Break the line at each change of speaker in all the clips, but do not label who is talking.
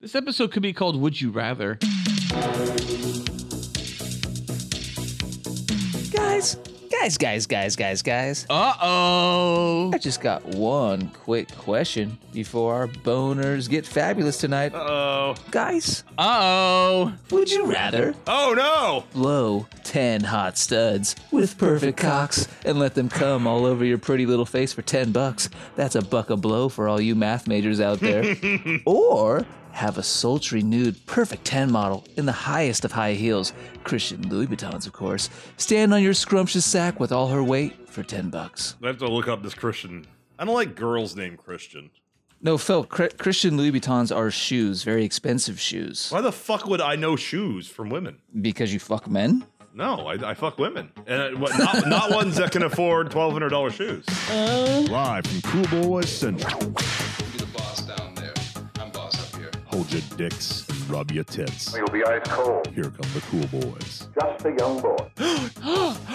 This episode could be called Would You Rather.
Guys, guys, guys, guys, guys, guys.
Uh oh.
I just got one quick question before our boners get fabulous tonight.
Uh oh.
Guys,
Uh oh.
would you rather
Oh no!
blow 10 hot studs with perfect cocks and let them come all over your pretty little face for 10 bucks? That's a buck a blow for all you math majors out there. or have a sultry nude perfect 10 model in the highest of high heels, Christian Louis Vuittons, of course, stand on your scrumptious sack with all her weight for 10 bucks.
I have to look up this Christian. I don't like girls named Christian.
No, Phil, Cr- Christian Louis Vuittons are shoes, very expensive shoes.
Why the fuck would I know shoes from women?
Because you fuck men?
No, I, I fuck women, and I, what, not, not ones that can afford twelve hundred dollars shoes.
Live from Cool Boys Central.
You're the boss down there. I'm boss up here.
Hold your dicks, and rub your tits.
You'll be ice cold.
Here come the Cool Boys.
Just a young boy.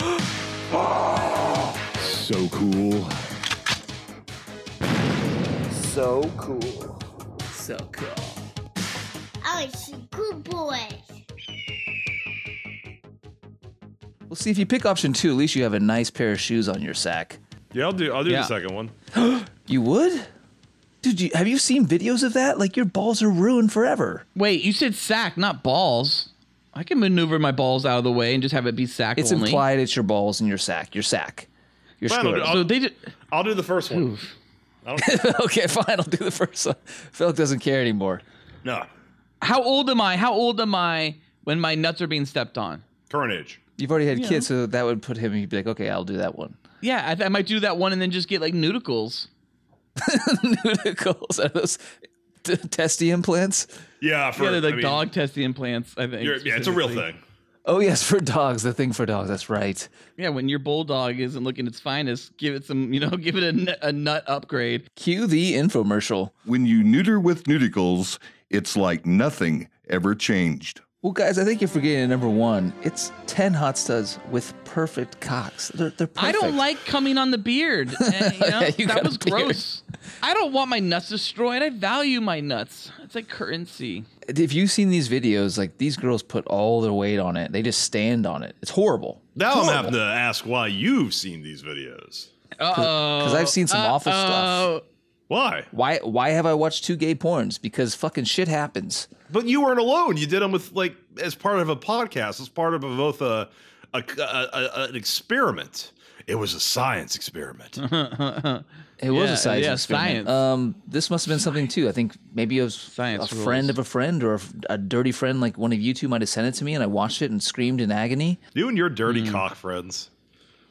So cool.
So cool. So cool.
Oh, it's a good boy.
Well, see, if you pick option two, at least you have a nice pair of shoes on your sack.
Yeah, I'll do. I'll do
Yeah.
the second one.
You would? Dude, you, have you seen videos of that? Like, your balls are ruined forever.
Wait, you said sack, not balls. I can maneuver my balls out of the way and just have it be sack
It's
only.
implied it's your balls and your sack. Your sack. Your
Fine, I'll do-
scrotum.
So they just.
I'll do the first one. I don't,
okay, fine. I'll do the first one. Phil doesn't care anymore.
no,
How old am I? How old am I when my nuts are being stepped on?
current age.
You've already had kids, so that would put him, he'd be like, okay, I'll do that one.
Yeah, I, th- I might do that one and then just get like nudicles.
Nudicles. Are those t- testy implants?
Yeah, for
yeah, they're like
I mean,
dog testing implants. I think.
you're- yeah, it's a real
specifically.
thing.
Oh, yes, for dogs. The thing for dogs. That's right.
Yeah, when your bulldog isn't looking its finest, give it some, you know, give it a, nu- a nut upgrade.
Cue the infomercial.
When you neuter with nudicles, it's like nothing ever changed.
Well, guys, I think you're forgetting number one. It's 10 hot studs with perfect cocks. They're, they're perfect.
I don't like coming on the beard. eh, you know?
Yeah, you
that
got a
was
beard.
gross. I don't want my nuts destroyed. I value my nuts. It's like currency.
If you've seen these videos, like these girls put all their weight on it, they just stand on it. It's horrible.
Now I'm having to ask why youve seen these videos.
Uh oh.
'cause I've seen some awful
Uh,
stuff.
Why?
Why, why have I watched two gay porns? Because fucking shit happens.
But you weren't alone. You did them with like as part of a podcast, as part of a, both a, a, a, a- an experiment. It was a science experiment.
It was
Yeah,
a science
yeah,
experiment.
science.
Um, this must have been something too. I think maybe it was
Science
a
rules.
friend of a friend or a, a dirty friend, like one of you two might have sent it to me, and I watched it and screamed in agony.
you and your dirty
Hmm.
cock friends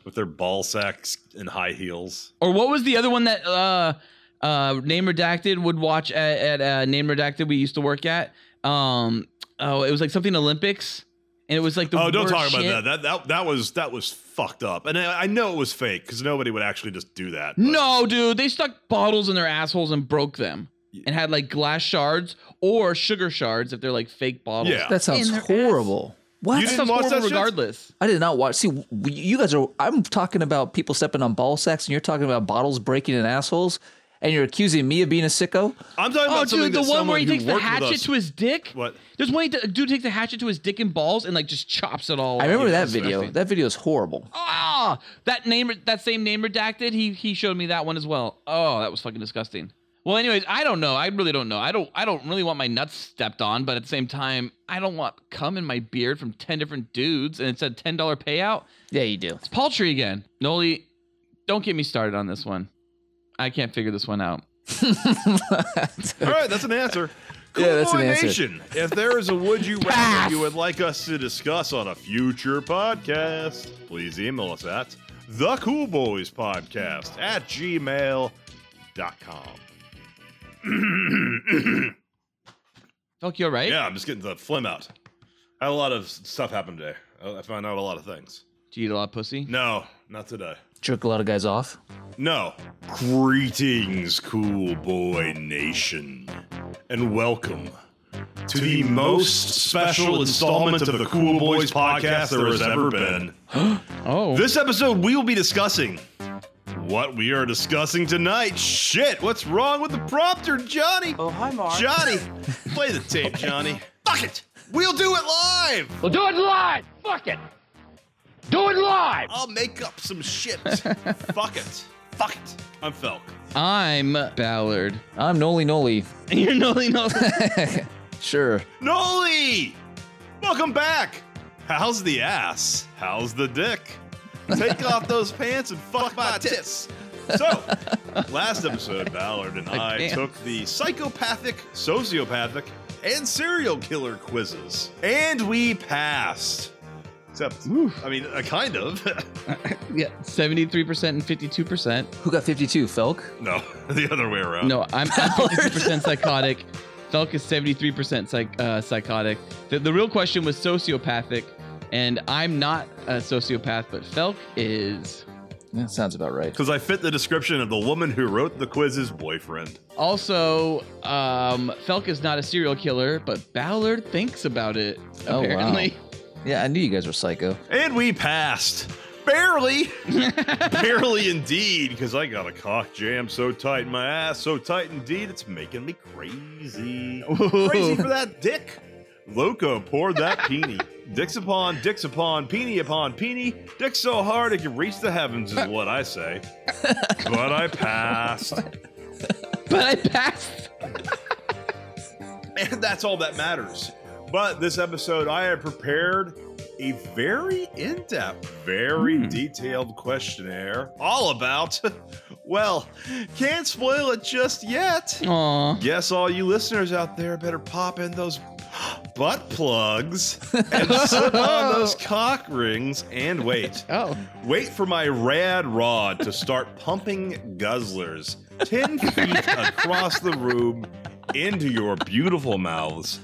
with their ball sacks and high heels.
Or what was the other one that uh, uh, Name Redacted would watch at, at uh, Name Redacted we used to work at? Um, oh, it was like something Olympics, and it was like the
oh, don't
worst
talk about
shit.
that. That that that was that was fucked up. And I, I know it was fake because nobody would actually just do that. but-
No, dude, they stuck bottles in their assholes and broke them, and had like glass shards or sugar shards if they're like fake bottles.
Yeah.
That sounds horrible. What?
You
That
didn't
sounds
watch that
horrible
shit?
regardless.
I did not watch. See, w- you guys are. I'm talking about people stepping on ball sacks, and you're talking about bottles breaking in assholes, and you're accusing me of being a sicko.
I'm talking
Oh,
about something
dude, the one
that
where
someone
he
who
takes the
worked with
hatchet
us-
to his dick.
What?
There's one he d- dude takes the hatchet to his dick and balls and like just chops it all.
I
off.
remember that
It's
video.
disgusting.
That video is horrible.
Ah, that name, that same name redacted. He he showed me that one as well. Oh, that was fucking disgusting. Well, anyways, I don't know. I really don't know. I don't. I don't really want my nuts stepped on, but at the same time, I don't want cum in my beard from ten different dudes, and it's a ten dollar payout.
Yeah, you do.
It's paltry again. Noli, don't get me started on this one. I can't figure this one out.
All right, that's an answer. Cool
Yeah, that's an
Boy
answer.
Nation, if there is a would you rather you would like us to discuss on a future podcast, please email us at the Cool Boys Podcast at gmail.com.
Fuck, you're right.
yeah, I'm just getting the phlegm out. I had a lot of s- stuff happen today. I I found out a lot of things.
Do you eat a lot of pussy?
No, not today.
Jerk a lot of guys off.
No. Greetings, cool boy nation, and welcome to the most special installment of the Cool Boys podcast there has ever been.
Oh,
This episode, we will be discussing what we are discussing tonight. Shit, what's wrong with the prompter, Johnny?
Oh, hi, Mark.
Johnny, play the tape, Johnny. Fuck it. We'll do it live.
Well, do it live. Fuck it. Do it live.
I'll make up some shit. Fuck it. Fuck it. I'm Felk.
I'm Ballard.
I'm Noli Noli.
You're Noli Noli.
Sure.
Noli! Welcome back. How's the ass? How's the dick? Take off those pants and fuck my tits. So, last episode, Ballard and I
Again.
took the psychopathic, sociopathic, and serial killer quizzes, and we passed. Except, I mean, uh, kind of.
yeah, 73% and 52%.
Who got 52? Felk?
no, the other way around.
No, I'm, I'm 52% psychotic. Felk is 73% psych, uh, psychotic. The, the real question was sociopathic, and I'm not a sociopath, but Felk is.
That sounds about right.
Because I fit the description of the woman who wrote the quiz's boyfriend.
Also, um, Felk is not a serial killer, but Ballard thinks about it,
Oh, wow.
apparently.
Yeah, I knew you guys were psycho.
And we passed. Barely. Barely indeed, because I got a cock jam so tight in my ass, so tight indeed, it's making me crazy. crazy for that dick. Loco poured that peenie. Dicks upon, dicks upon, peenie upon, peenie. Dick so hard it can reach the heavens is what I say. But I passed.
But I passed.
And that's all that matters. But this episode, I have prepared a very in depth, very detailed questionnaire all about, well, can't spoil it just yet.
Aw.
Guess all you listeners out there better pop in those butt plugs and slip on those cock rings and wait.
Oh.
Wait for my rad rod to start pumping guzzlers 10 feet across the room into your beautiful mouths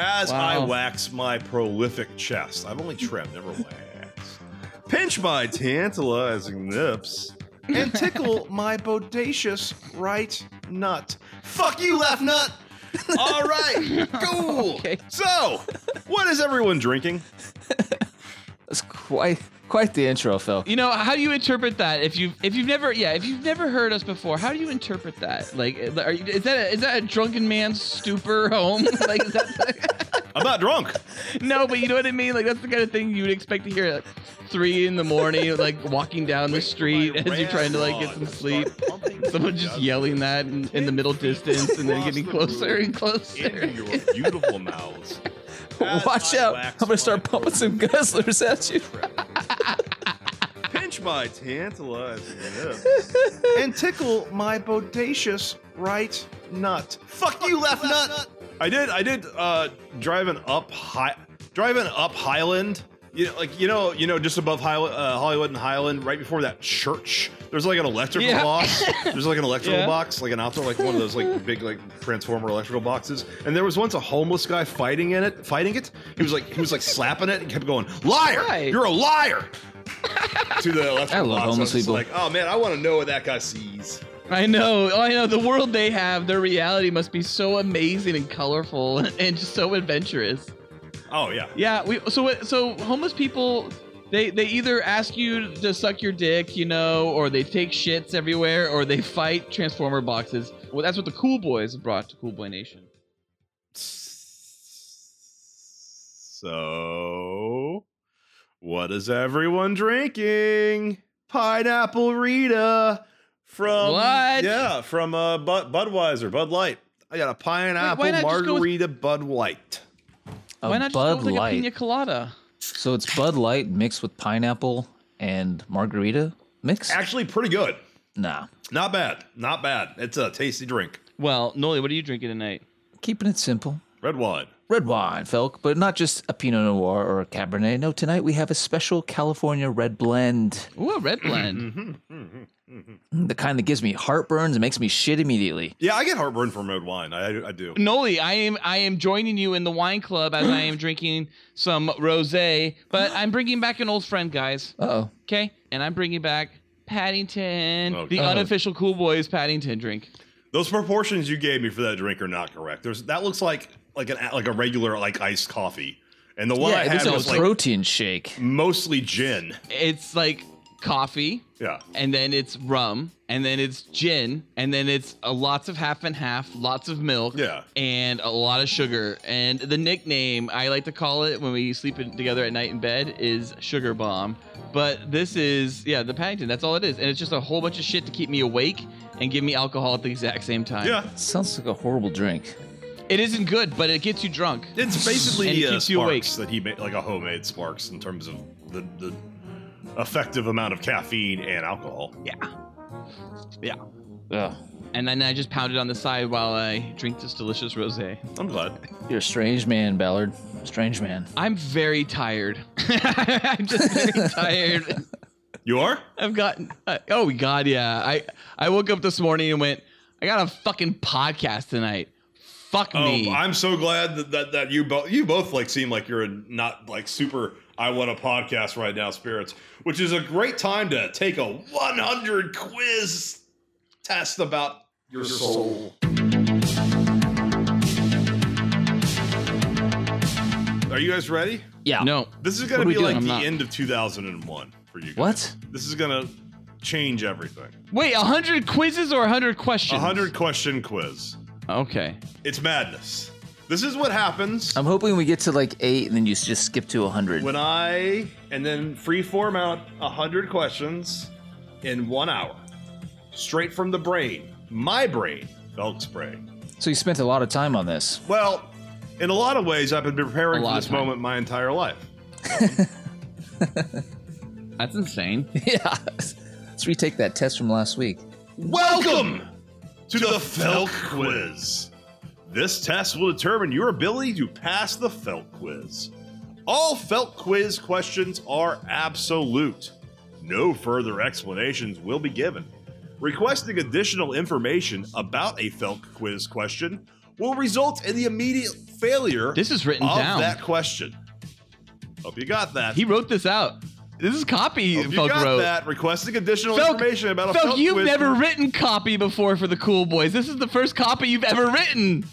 as I
Wow.
wax my prolific chest. I've only trimmed, never waxed. Pinch my tantalizing lips and tickle my bodacious right nut. Fuck you, left nut! All right, cool.
Okay.
So, what is everyone drinking?
That's quite quite the intro, Felk.
You know, how do you interpret that? If you've if you've never yeah, if you've never heard us before, how do you interpret that? Like, uh, are you, is that a, is that a drunken man's stupor home? like, is that
I'm not drunk.
no? But you know what I mean. Like, that's the kind of thing you would expect to hear at three in the morning, like walking down the street
My
as you're trying to like get some
rad
sleep.
rod start pumping
Someone just
guzzlers
yelling that in, in the middle distance, and then
Across
getting
the
closer
room
and
into
closer.
your beautiful mouths. As
Watch
I
out.
wax
I'm going
my
to start pumping some guzzlers at you.
Pinch my tantalizing lips and tickle my bodacious right nut. Fuck you, left nut. I did. I did. Uh, driving up high, driving up Highland. You know, like you know, you know, just above High, uh, Hollywood and Highland, right before that church. There's like an electrical
Yeah.
box. There's like an electrical
Yeah.
box, like an outdoor, like one of those like big like transformer electrical boxes. And there was once a homeless guy fighting in it, fighting it. He was like he was like slapping it and kept going, liar!
Right.
You're a liar! to the left.
I love homeless people.
Like, oh man, I want to know what that guy sees.
I know, I know. The world they have, their reality must be so amazing and colorful and just so adventurous.
Oh yeah.
Yeah, we so what- so homeless people they they either ask you to suck your dick, you know, or they take shits everywhere or they fight transformer boxes. Well, that's what the cool boys brought to Cool Boy Nation.
So, what is everyone drinking? Pineapple Rita from
What?
Yeah, from uh, Bud- Budweiser, Bud Light. I got a pineapple
not just go with-
margarita Bud Light.
A
Why not just go
Bud
with, like a
Light.
pina colada?
so it's Bud Light mixed with pineapple and margarita mix?
Actually, pretty good.
Nah.
Not bad. Not bad. It's a tasty drink.
Well, Noli, what are you drinking tonight?
Keeping it simple.
Red wine.
Red wine, Felk, but not just a Pinot Noir or a Cabernet. No, tonight we have a special California red blend.
Ooh, a red blend.
The kind that gives me heartburns and makes me shit immediately.
Yeah, I get heartburn from red wine. I, I do.
Noli, I am I am joining you in the wine club as I am drinking some rosé, but I'm bringing back an old friend, guys.
Uh oh.
Okay? And I'm bringing back Paddington,
Oh,
the
God.
unofficial cool boys Paddington drink.
Those proportions you gave me for that drink are not correct. There's that looks like like an like a regular like iced coffee, and the one
Yeah,
I
it
had
was a
was like
protein shake.
mostly gin.
it's like coffee,
Yeah.
and then it's rum, and then it's gin, and then it's uh, lots of half and half, lots of milk,
Yeah.
and a lot of sugar. And the nickname I like to call it when we sleep in, together at night in bed is Sugar Bomb. But this is yeah, the Paddington. That's all it is, and it's just a whole bunch of shit to keep me awake and give me alcohol at the exact same time.
Yeah.
Sounds like a horrible drink.
it isn't good, but it gets you drunk.
It's basically
And it
uh,
keeps
sparks
you awake.
that he made, like a homemade sparks in terms of the, the effective amount of caffeine and alcohol.
Ugh.
And then I just pound it on the side while I drink this delicious rosé.
I'm glad.
You're a strange man, Ballard. Strange man.
I'm very tired. I'm just very tired.
You are?
I've gotten. Uh, oh God, yeah. I I woke up this morning and went. I got a fucking podcast tonight. Fuck
Oh,
me.
I'm so glad that, that, that you both you both like seem like you're in not like super I want a podcast right now spirits, which is a great time to take a 100 quiz test about your, soul. Are you guys ready?
Yeah.
no.
This is
What
going
are
to
we
be like
doing? I'm
the
not.
end of 2001 for you guys.
What?
This is going to change everything.
Wait, a hundred quizzes or a hundred
A
questions?
100 question quiz.
Okay.
It's madness. This is what happens.
I'm hoping we get to like eight and then you just skip to 100.
When I and then free form out a hundred questions in one hour, straight from the brain, my brain, Belk's brain.
So you spent a lot of time on this.
Well, in a lot of ways, I've been preparing
A
for
lot
this
of time.
moment my entire life.
That's insane.
yeah. Let's retake that test from last week.
Welcome to the Felk Quiz. This test will determine your ability to pass the Felk Quiz. All Felk Quiz questions are absolute. No further explanations will be given. Requesting additional information about a Felk Quiz question will result in the immediate failure
This is written
of
down.
that question. Hope you got that.
He wrote this out. This is copy
Hope Oh, you
Felk
got
wrote.
that. Requesting additional
Felk-
information about a
Felk,
Felk
you've
Quiz
never written copy before for the Cool Boys. This is the first copy you've ever written.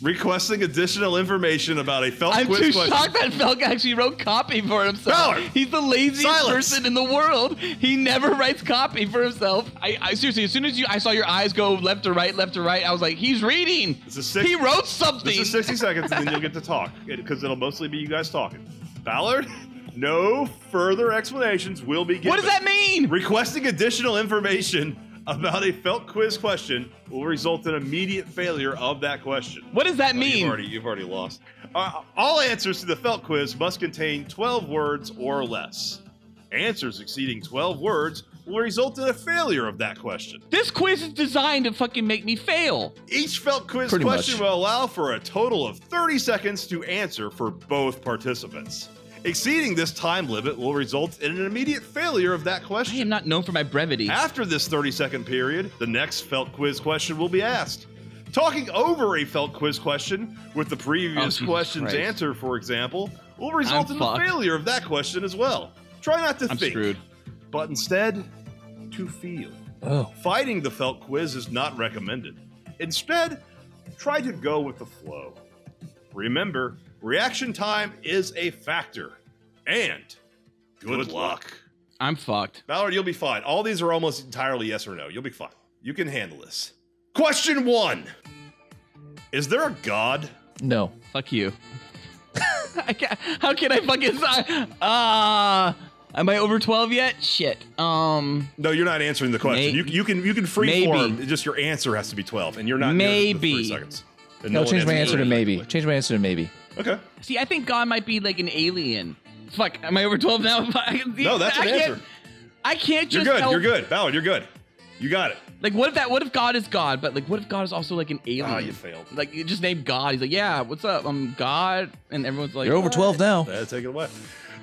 requesting additional information about a Phelps
I'm
quiz
too
question.
shocked that Felk actually wrote copy for himself.
Ballard!
He's the laziest
Silence!
person in the world. He never writes copy for himself. I, I seriously, as soon as you, I saw your eyes go left to right, left to right, I was like, he's reading.
This is six-
he wrote something.
This is 60 seconds, and then you'll get to talk because it'll mostly be you guys talking. Ballard, no further explanations will be given.
what does that mean?
Requesting additional information about a Phelps quiz question will result in immediate failure of that question.
What does that
Oh, You've
mean?
already, you've already lost. Uh, all answers to the Felt quiz must contain 12 words or less. Answers exceeding 12 words will result in a failure of that question.
this quiz is designed to fucking make me fail.
Each felt quiz
Pretty
question
much.
will allow for a total of 30 seconds to answer for both participants. Exceeding this time limit will result in an immediate failure of that
I am
question.
not known for my brevity.
After this 30 second period, the next felt quiz question will be asked. Talking over a felt quiz question with the
Oh,
previous
Jesus
question's
Christ.
answer, for example, will result
I'm
in the
fucked.
failure of that question as well. Try not to
I'm
think,
screwed.
but instead to feel.
Oh.
Fighting the felt quiz is not recommended. Instead, try to go with the flow. Remember, reaction time is a factor. And good, luck.
I'm fucked.
Ballard, you'll be fine. All these are almost entirely yes or no. You'll be fine. You can handle this. Question one Is there a god?
No.
Fuck you. I can't, how can I fucking ah? am I over 12 yet? Shit. Um.
No, you're not answering the question.
May-
you, you can you can free
Maybe.
form. Just your answer has to be 12, and you're not near the
Maybe.
three seconds. And
No,
one
change my
answers
answer to
it
maybe.
correctly.
Change my answer to maybe.
Okay.
See, I think God might be like an alien. Fuck, am I over 12 now?
No, that's
I
an
can't-
answer.
I can't
You're
just
good.
help-
You're good. Ballard, you're good. You got it.
Like, what if that? What if God is God? But like, what if God is also like an alien?
Ah, you failed.
Like, you just named God. He's like, yeah, what's up? I'm God, and everyone's like,
You're over
what?
12 now.
Uh, take it away.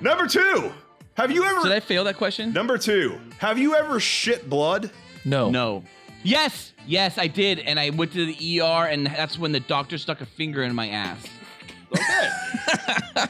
Number two. Have you ever?
Did I fail that question?
number two. Have you ever shit blood?
No.
No. Yes, yes, I did, and I went to the ER, and that's when the doctor stuck a finger in my ass.
Okay.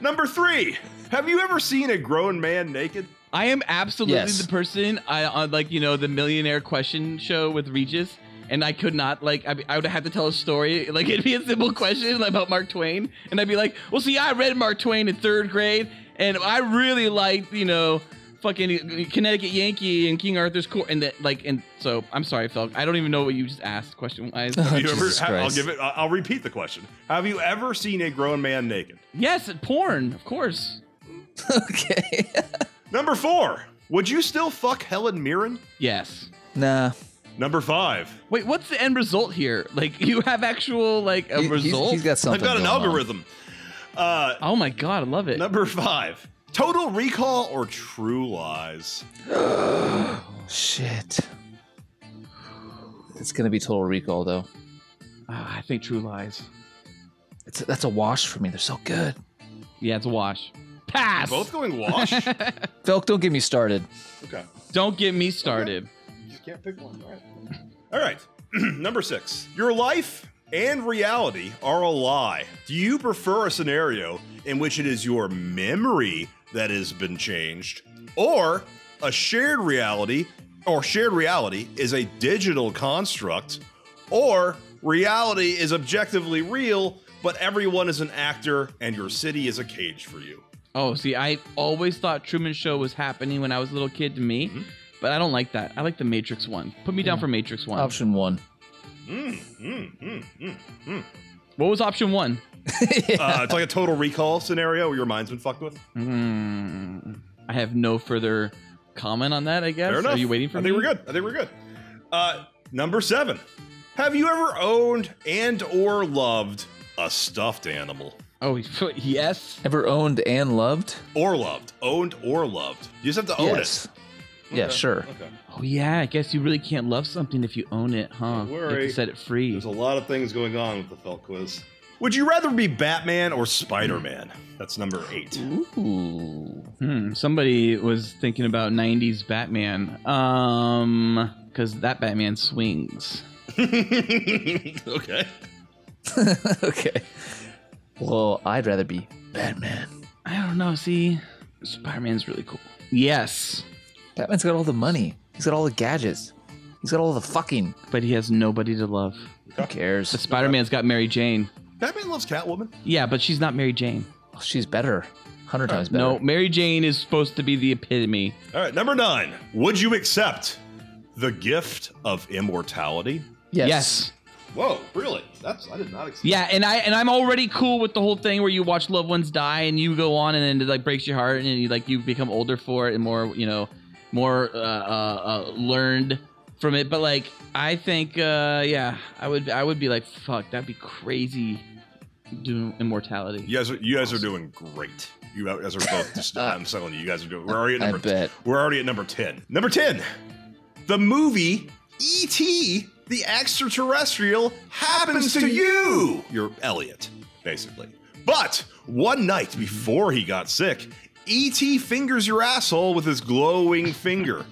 number three. Have you ever seen a grown man naked?
I am absolutely
Yes.
the person I on like you know the millionaire question show with Regis, and I could not like I, I would have to tell a story like it'd be a simple question like, about Mark Twain, and I'd be like, well, see, I read Mark Twain in third grade, and I really liked you know fucking Connecticut Yankee and King Arthur's court, and that like, and so I'm sorry, Phil. I don't even know what you just asked question wise.
Have you
Oh,
ever,
Jesus
ha- I'll
Christ.
give it. I- I'll repeat the question. Have you ever seen a grown man naked?
yes, porn, of course.
okay.
Number four. Would you still fuck Helen Mirren?
Yes.
nah.
Number five.
Wait, what's the end result here? Like, you have actual like a
He- he's-
result.
he's got something.
I've got an
going on.
algorithm. Uh,
oh my god, I love it.
number five. Total Recall or True Lies?
Shit. It's gonna be Total Recall though.
Ah, I think True Lies.
It's that's a wash for me. They're so good.
Yeah, it's a wash. Pass.
Both going wash.
Felk, don't get me started.
okay.
Don't get me started.
Just can't pick one. All right. All right. Number six. Your life and reality are a lie. Do you prefer a scenario in which it is your memory that has been changed, or a shared reality, or shared reality is a digital construct, or reality is objectively real, but everyone is an actor and your city is a cage for you?
Oh, see, I always thought Truman Show was happening when I was a little kid to me,
Mm-hmm.
but I don't like that. I like the Matrix one. Put me down for Matrix one.
Option one.
Mm, mm, mm, mm.
What was option one?
Uh, it's like a total recall scenario where your mind's been fucked with.
Mm, I have no further comment on that. I guess.
Fair enough.
Are you waiting for
I
me?
think we're good. I think we're good. Uh, number seven. Have you ever owned and or loved a stuffed animal?
Oh, yes.
Ever owned and loved?
Or loved. Owned or loved. You just have to own
yes. Yeah, sure.
it. Okay.
Oh, yeah. I guess you really can't love something if you own it, huh?
Don't
You have
worry.
to set it free.
lot of things going on with the felt quiz. Would you rather be Batman or Spider-Man? That's number eight.
Ooh.
Hmm, somebody was thinking about '90s Batman, um, because that Batman swings.
okay.
okay. Well, I'd rather be Batman.
I don't know. See, Spider-Man's really cool. Yes,
Batman's got all the money. He's got all the gadgets. He's got all the fucking.
but he has nobody to love.
Who
But
cares?
Spider-Man's got Mary Jane.
Batman loves Catwoman.
Yeah, but she's not Mary Jane.
Oh, She's better. Hundred times better.
No, Mary Jane is supposed to be the epitome.
All right, number nine. Would you accept the gift of immortality?
Yes.
yes.
Whoa, really? That's I did not expect.
Yeah, and I and I'm already cool with the whole thing where you watch loved ones die and you go on and then it like breaks your heart and you like you become older for it and more you know more uh, uh, uh, learned from it. But like I think uh, yeah, I would I would be like fuck that'd be crazy doing immortality.
You guys, are, you guys are doing great. You guys are both. Just, I'm telling you, you guys are doing. We're already at
I
number.
bet.
We're already at number ten. Number ten, the movie E.T. the Extraterrestrial happens to you. You're Elliot, basically. But one night before he got sick, E.T. fingers your asshole with his glowing finger.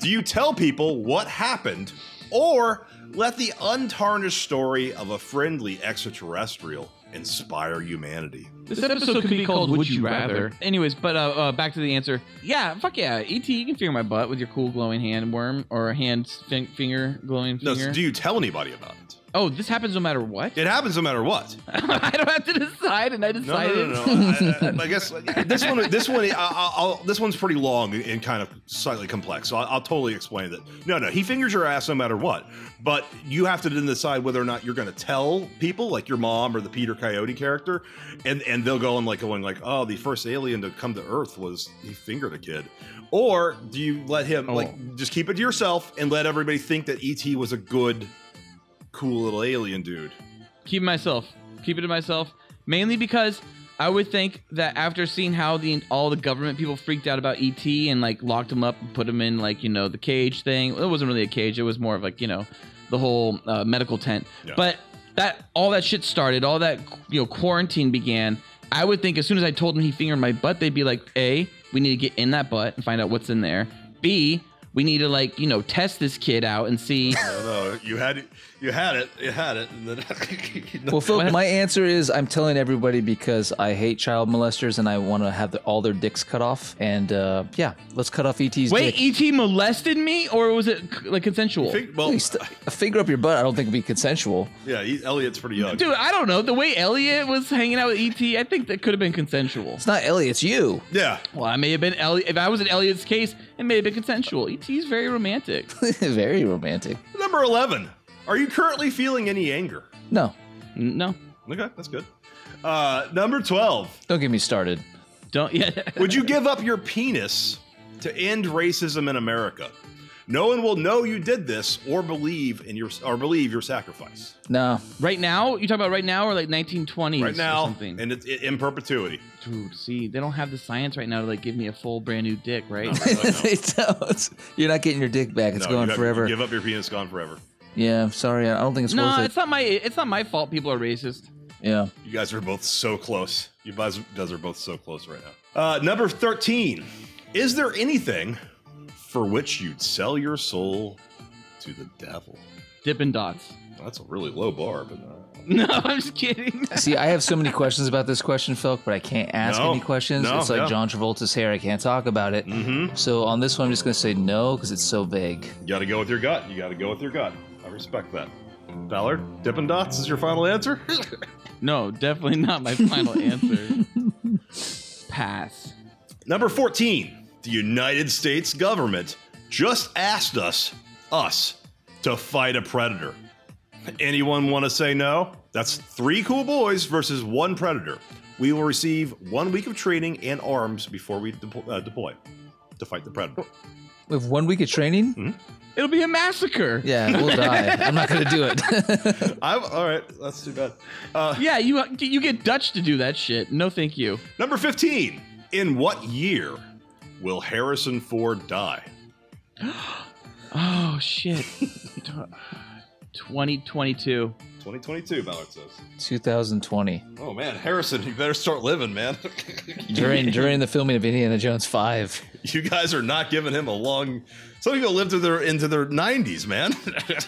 Do you tell people what happened, or let the untarnished story of a friendly extraterrestrial inspire humanity?
This episode could be called "Would You Rather." Anyways, but uh, uh, back to the answer. Yeah, fuck yeah, ET, you can finger my butt with your cool glowing hand worm or hand fin- finger glowing
No,
finger.
do you tell anybody about it?
oh, this happens no matter what.
It happens no matter what.
I don't have to decide, and I
No, no,
decided.
no, no. I, I- I guess this one, this one, I, I- I'll, this one's pretty long and kind of slightly complex. So I'll, I'll totally explain that. No, no, he fingers your ass no matter what. But you have to then decide whether or not you're going to tell people, like your mom or the Peter Coyote character, and and they'll go and like going like, oh, the first alien to come to Earth was he fingered a kid, or do you let him like just keep it to yourself and let everybody think that ET was a good, cool little alien dude?
Keep it myself. Keep it to myself. Mainly because I would think that after seeing how the all the government people freaked out about ET and like locked him up and put him in like you know the cage thing. Well, it wasn't really a cage. It was more of like you know the whole uh, medical tent.
Yeah.
But that all that shit started. All that you know quarantine began. I would think as soon as I told them he fingered my butt, they'd be like, A, we need to get in that butt and find out what's in there. B, We need to like you know test this kid out and see.
No, no, you had it. You had it. You had it. And then
Well, Phil, my answer is I'm telling everybody because I hate child molesters and I want to have the, all their dicks cut off. And uh, yeah, let's cut off ET's
Wait, E-
dick.
ET molested me, or was it c- like consensual?
Think-
At
well,
least a finger up your butt. I don't think would be consensual.
yeah, he, Elliot's pretty young.
Dude, I don't know. The way Elliot was hanging out with ET, I think that could have been consensual.
It's not Ellie. It's you.
Yeah,
Well, I may have been Elliot. If I was in Elliot's case, it may have been consensual. ET's very romantic.
Very romantic.
number eleven. Are you currently feeling any anger?
No,
N- No,
Okay, that's good. Uh, number twelve.
don't get me started.
don't. Yeah.
Would you give up your penis to end racism in America? No one will know you did this or believe in your or believe your sacrifice
No,
Right now, you talking about right now or like 1920s
right
or
now
something?
and it's i- in perpetuity.
Dude, see, they don't have the science right now to like give me a full brand new dick, right?
they don't. You're not getting your dick back. It's
No,
going
you have-
forever.
Give up your penis, gone forever.
yeah, I'm sorry. I don't think it's
no,
worth
it's
it.
not my it's not my fault. People are racist.
Yeah.
You guys are both so close. You guys, guys are both so close right now. Uh, number 13. Is there anything for which you'd sell your soul to the devil?
Dippin' dots.
That's a really low bar, but uh,
No, I'm just kidding.
See, I have so many questions about this question, Phil, but I can't ask
No.
any questions.
No,
it's like
yeah.
John Travolta's hair. I can't talk about it.
mm-hmm.
So on this one, I'm just going to say no because it's so vague.
you got to go with your gut. You got to go with your gut. I respect that. Ballard, Dippin' Dots is your final answer?
No, definitely not my final answer. Pass.
Number 14. The United States government just asked us, us, to fight a predator. Anyone want to say no? That's three cool boys versus one predator. We will receive one week of training and arms before we depl- uh, deploy to fight the predator.
We have one week of training?
It'll be a massacre.
Yeah, we'll die. I'm not going to do it.
I'm, all right, that's too bad. Uh,
Yeah, you you get Dutch to do that shit. No, thank you.
number 15. In what year will Harrison Ford die?
Oh shit. 2022.
2022, Ballard says.
2020.
Oh man, Harrison, you better start living, man.
During during the filming of Indiana Jones 5.
You guys are not giving him a long. Some people live to their into their nineties, man.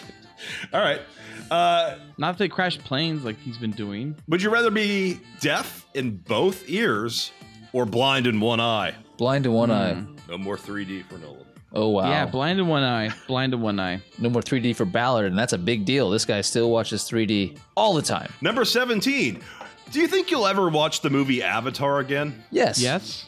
All right. Uh,
Not if they crash planes like he's been doing.
would you rather be deaf in both ears or blind in one eye?
Blind to one eye.
No more 3D for Nolan.
Oh, wow.
Yeah, blind in one eye, blind in one eye.
no more 3D for Ballard, and that's a big deal. This guy still watches 3D all the time.
Number seventeen. Do you think you'll ever watch the movie Avatar again?
Yes.
Yes.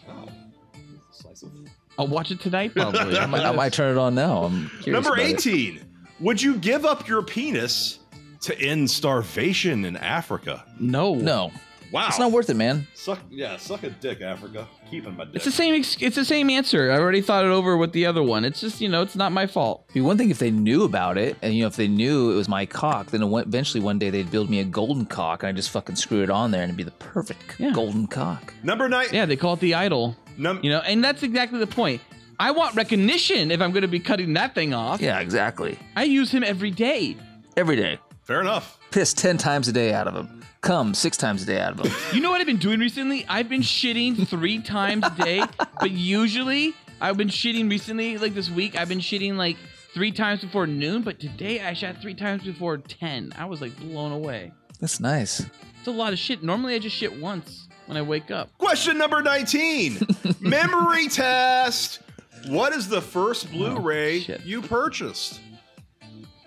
I'll watch it tonight probably.
I might, I might turn it on now. I'm curious
Number
about it.
eighteen. Would you give up your penis to end starvation in Africa?
No.
No,
Wow.
it's not worth it, man.
suck. Yeah, suck a dick, Africa. Keeping my dick.
It's the same. ex- It's the same answer. I already thought it over with the other one. It's just you know, it's not my fault.
It'd be one thing if they knew about it, and you know, if they knew it was my cock, then it went, eventually one day they'd build me a golden cock, and I just fucking screw it on there, and it'd be the perfect
Yeah.
golden cock.
Number nine.
Yeah, they call it the idol.
Num-
You know, and that's exactly the point. I want recognition if I'm going to be cutting that thing off.
Yeah, exactly.
I use him every day.
Every day,
Fair enough.
piss ten times a day out of him, come six times a day out of him.
You know what I've been doing recently? I've been shitting three times a day, but usually I've been shitting recently, like this week, I've been shitting like three times before noon, but today I shot three times before 10. I was like blown away.
That's nice.
It's a lot of shit. Normally I just shit once when I wake up.
Question number 19 Memory test. What is the first Blu ray
Oh, shit.
you purchased?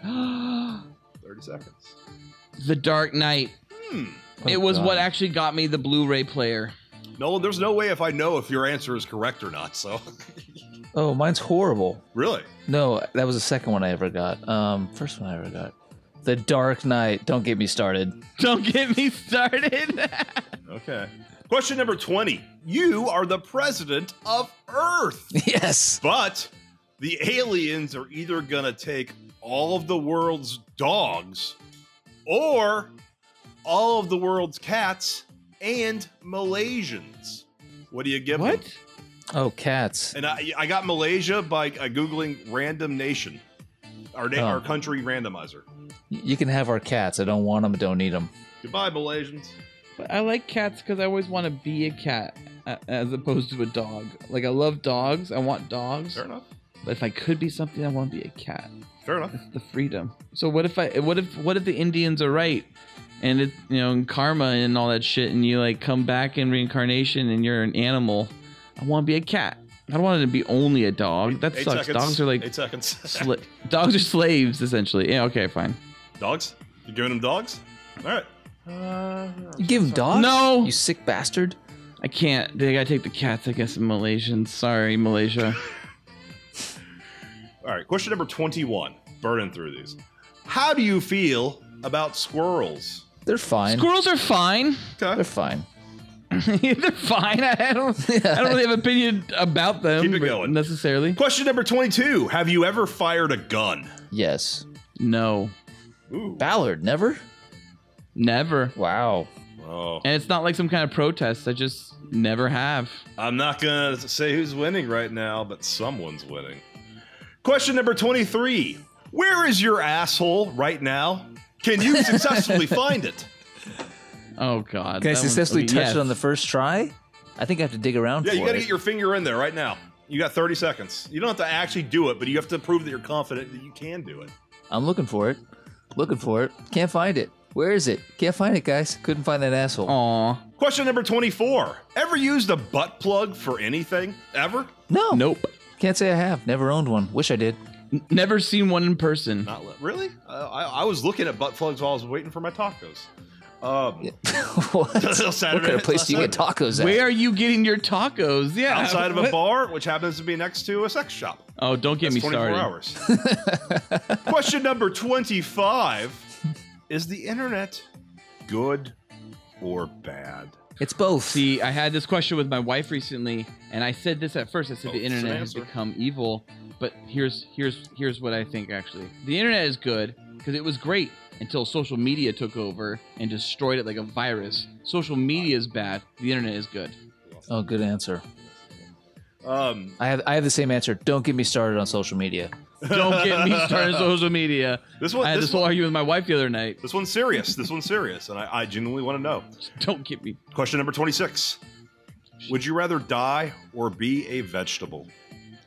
the
30 seconds.
Dark Knight.
Oh,
it was what actually got me the Blu ray player.
No, there's no way if I know if your answer is correct or not. So,
Oh, mine's horrible.
really?
No, that was the second one I ever got. Um, first one I ever got. The Dark Knight. Don't get me started.
Don't get me started.
Okay. Question number 20 You are the president of Earth,
yes.
but the aliens are either going to take all of the world's dogs or all of the world's cats and Malaysians. What do you give them?
what?
Oh, cats.
And I, I got Malaysia by uh, googling random nation, our na-
Oh.
our country randomizer.
You can have our cats. I don't want them. Don't need them.
Goodbye, Malaysians.
But I like cats because I always want to be a cat a- as opposed to a dog. Like I love dogs. I want dogs.
Fair enough.
But if I could be something, I want to be a cat.
Fair enough.
the freedom. So what if I what if what if the Indians are right and it you know and karma and all that shit and you like come back in reincarnation and you're an animal. I want to be a cat. I don't want to be only a dog. That
Eight
sucks.
seconds.
Dogs are like
eight seconds.
sla- dogs are slaves essentially. Yeah, okay, fine.
dogs? You giving them dogs? All right.
You give him dogs?
No.
You sick bastard.
I can't. They gotta take the cats, I guess, in Malaysian. Sorry, Malaysia.
All right. Question number 21. Burning through these. How do you feel about squirrels?
They're fine.
Squirrels are fine.
They're fine.
They're fine. I don't. I don't really have an opinion about them
Keep it going.
necessarily.
Question number 22. Have you ever fired a gun?
Yes.
No,
Ooh.
Ballard, never?
never.
Wow.
Oh.
And it's not like some kind of protest. I just never have.
I'm not going to say who's winning right now, but someone's winning. Question number 23. Where is your asshole right now? Can you successfully find it?
Oh God.
Can I
that one's-
successfully
okay,
touch
yes.
it on the first try? I think I have to dig around
Yeah,
for
you got to
it.
get your finger in there right now. You got 30 seconds. You don't have to actually do it, but you have to prove that you're confident that you can do it.
I'm looking for it. Looking for it. Can't find it. Where is it? Can't find it, guys. Couldn't find that asshole.
Aw.
Question number 24. Ever used a butt plug for anything? Ever?
No.
Nope.
Can't say I have. Never owned one. Wish I did.
N- never seen one in person.
Not li- really. Uh, I, I was looking at butt plugs while I was waiting for my tacos. Um,
what?
Saturday
what kind
night,
of place
last
do you get
night.
tacos at?
Where are you getting your tacos? Yeah.
Outside of a
what-
bar, which happens to be next to a sex shop.
Oh, don't get
That's
me
24
started.
hours. Question number 25 Is the internet good or bad?
It's both.
See, I had this question with my wife recently, and I said this at first. I said
Oh,
the
it's an
internet has
answer.
become evil, but here's here's here's what I think actually. The internet is good because it was great until social media took over and destroyed it like a virus. Social media is bad. The internet is good.
oh, good answer.
Um,
I have I have the same answer. Don't get me started on social media.
Don't get me started on social media.
This one-
I had
this
this whole
one-
argument with my wife the other night.
this one's serious. This one's serious. And I, I genuinely want to know.
Don't get me.
Question number 26 Would you rather die or be a vegetable?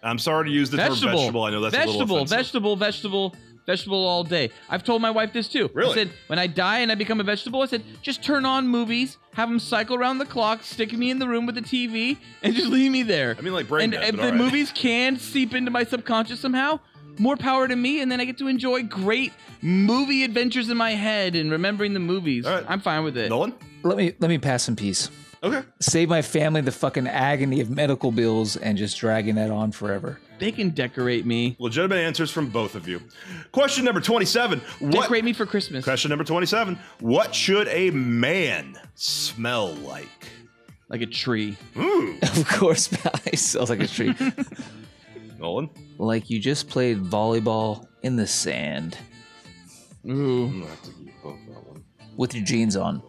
I'm sorry to use the term
Vegetable.
vegetable. I know that's a little
vegetable,
offensive.
vegetable, vegetable, vegetable all day. I've told my wife this too. I
Really?
said, when I die and I become a vegetable, I said, just turn on movies, have them cycle around the clock, stick me in the room with the TV, and just leave me there.
I mean, like brain
and
dead,
if
but
the
all right.
movies can seep into my subconscious somehow, more power to me, and then I get to enjoy great movie adventures in my head and remembering the movies.
All right.
I'm fine with it.
Nolan?
Let me let me pass in peace.
Okay.
Save my family the fucking agony of medical bills and just dragging that on forever.
They can decorate me.
Legitimate answers from both of you. Question number 27. What
Decorate me for Christmas.
Question number 27. What should a man smell like?
Like a tree.
Ooh.
Of course, I sounds like a tree.
Nolan?
like you just played volleyball in the sand
Ooh.
with your jeans on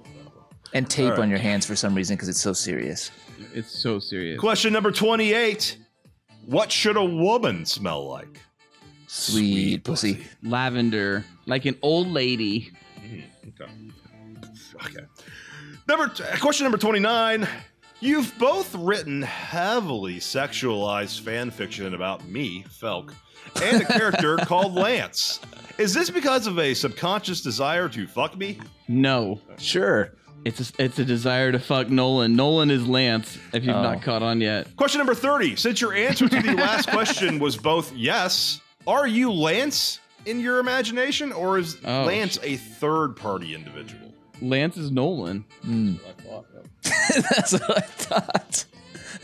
and tape
All right.
on your hands for some reason because it's so serious.
It's so serious.
Question number 28. What should a woman smell like?
Sweet, pussy.
Lavender. Like an old lady.
Okay. Okay. Number t- question number 29. You've both written heavily sexualized fan fiction about me, Felk, and a character called Lance. Is this because of a subconscious desire to fuck me?
No,
Sure.
it's a, it's a desire to fuck Nolan. Nolan is Lance. If you've
Oh.
not caught on yet,
Question number 30. Since your answer to the last question was both yes, are you Lance in your imagination or is
Oh,
Lance a third party individual?
Lance is Nolan,
Mm. That's what I thought.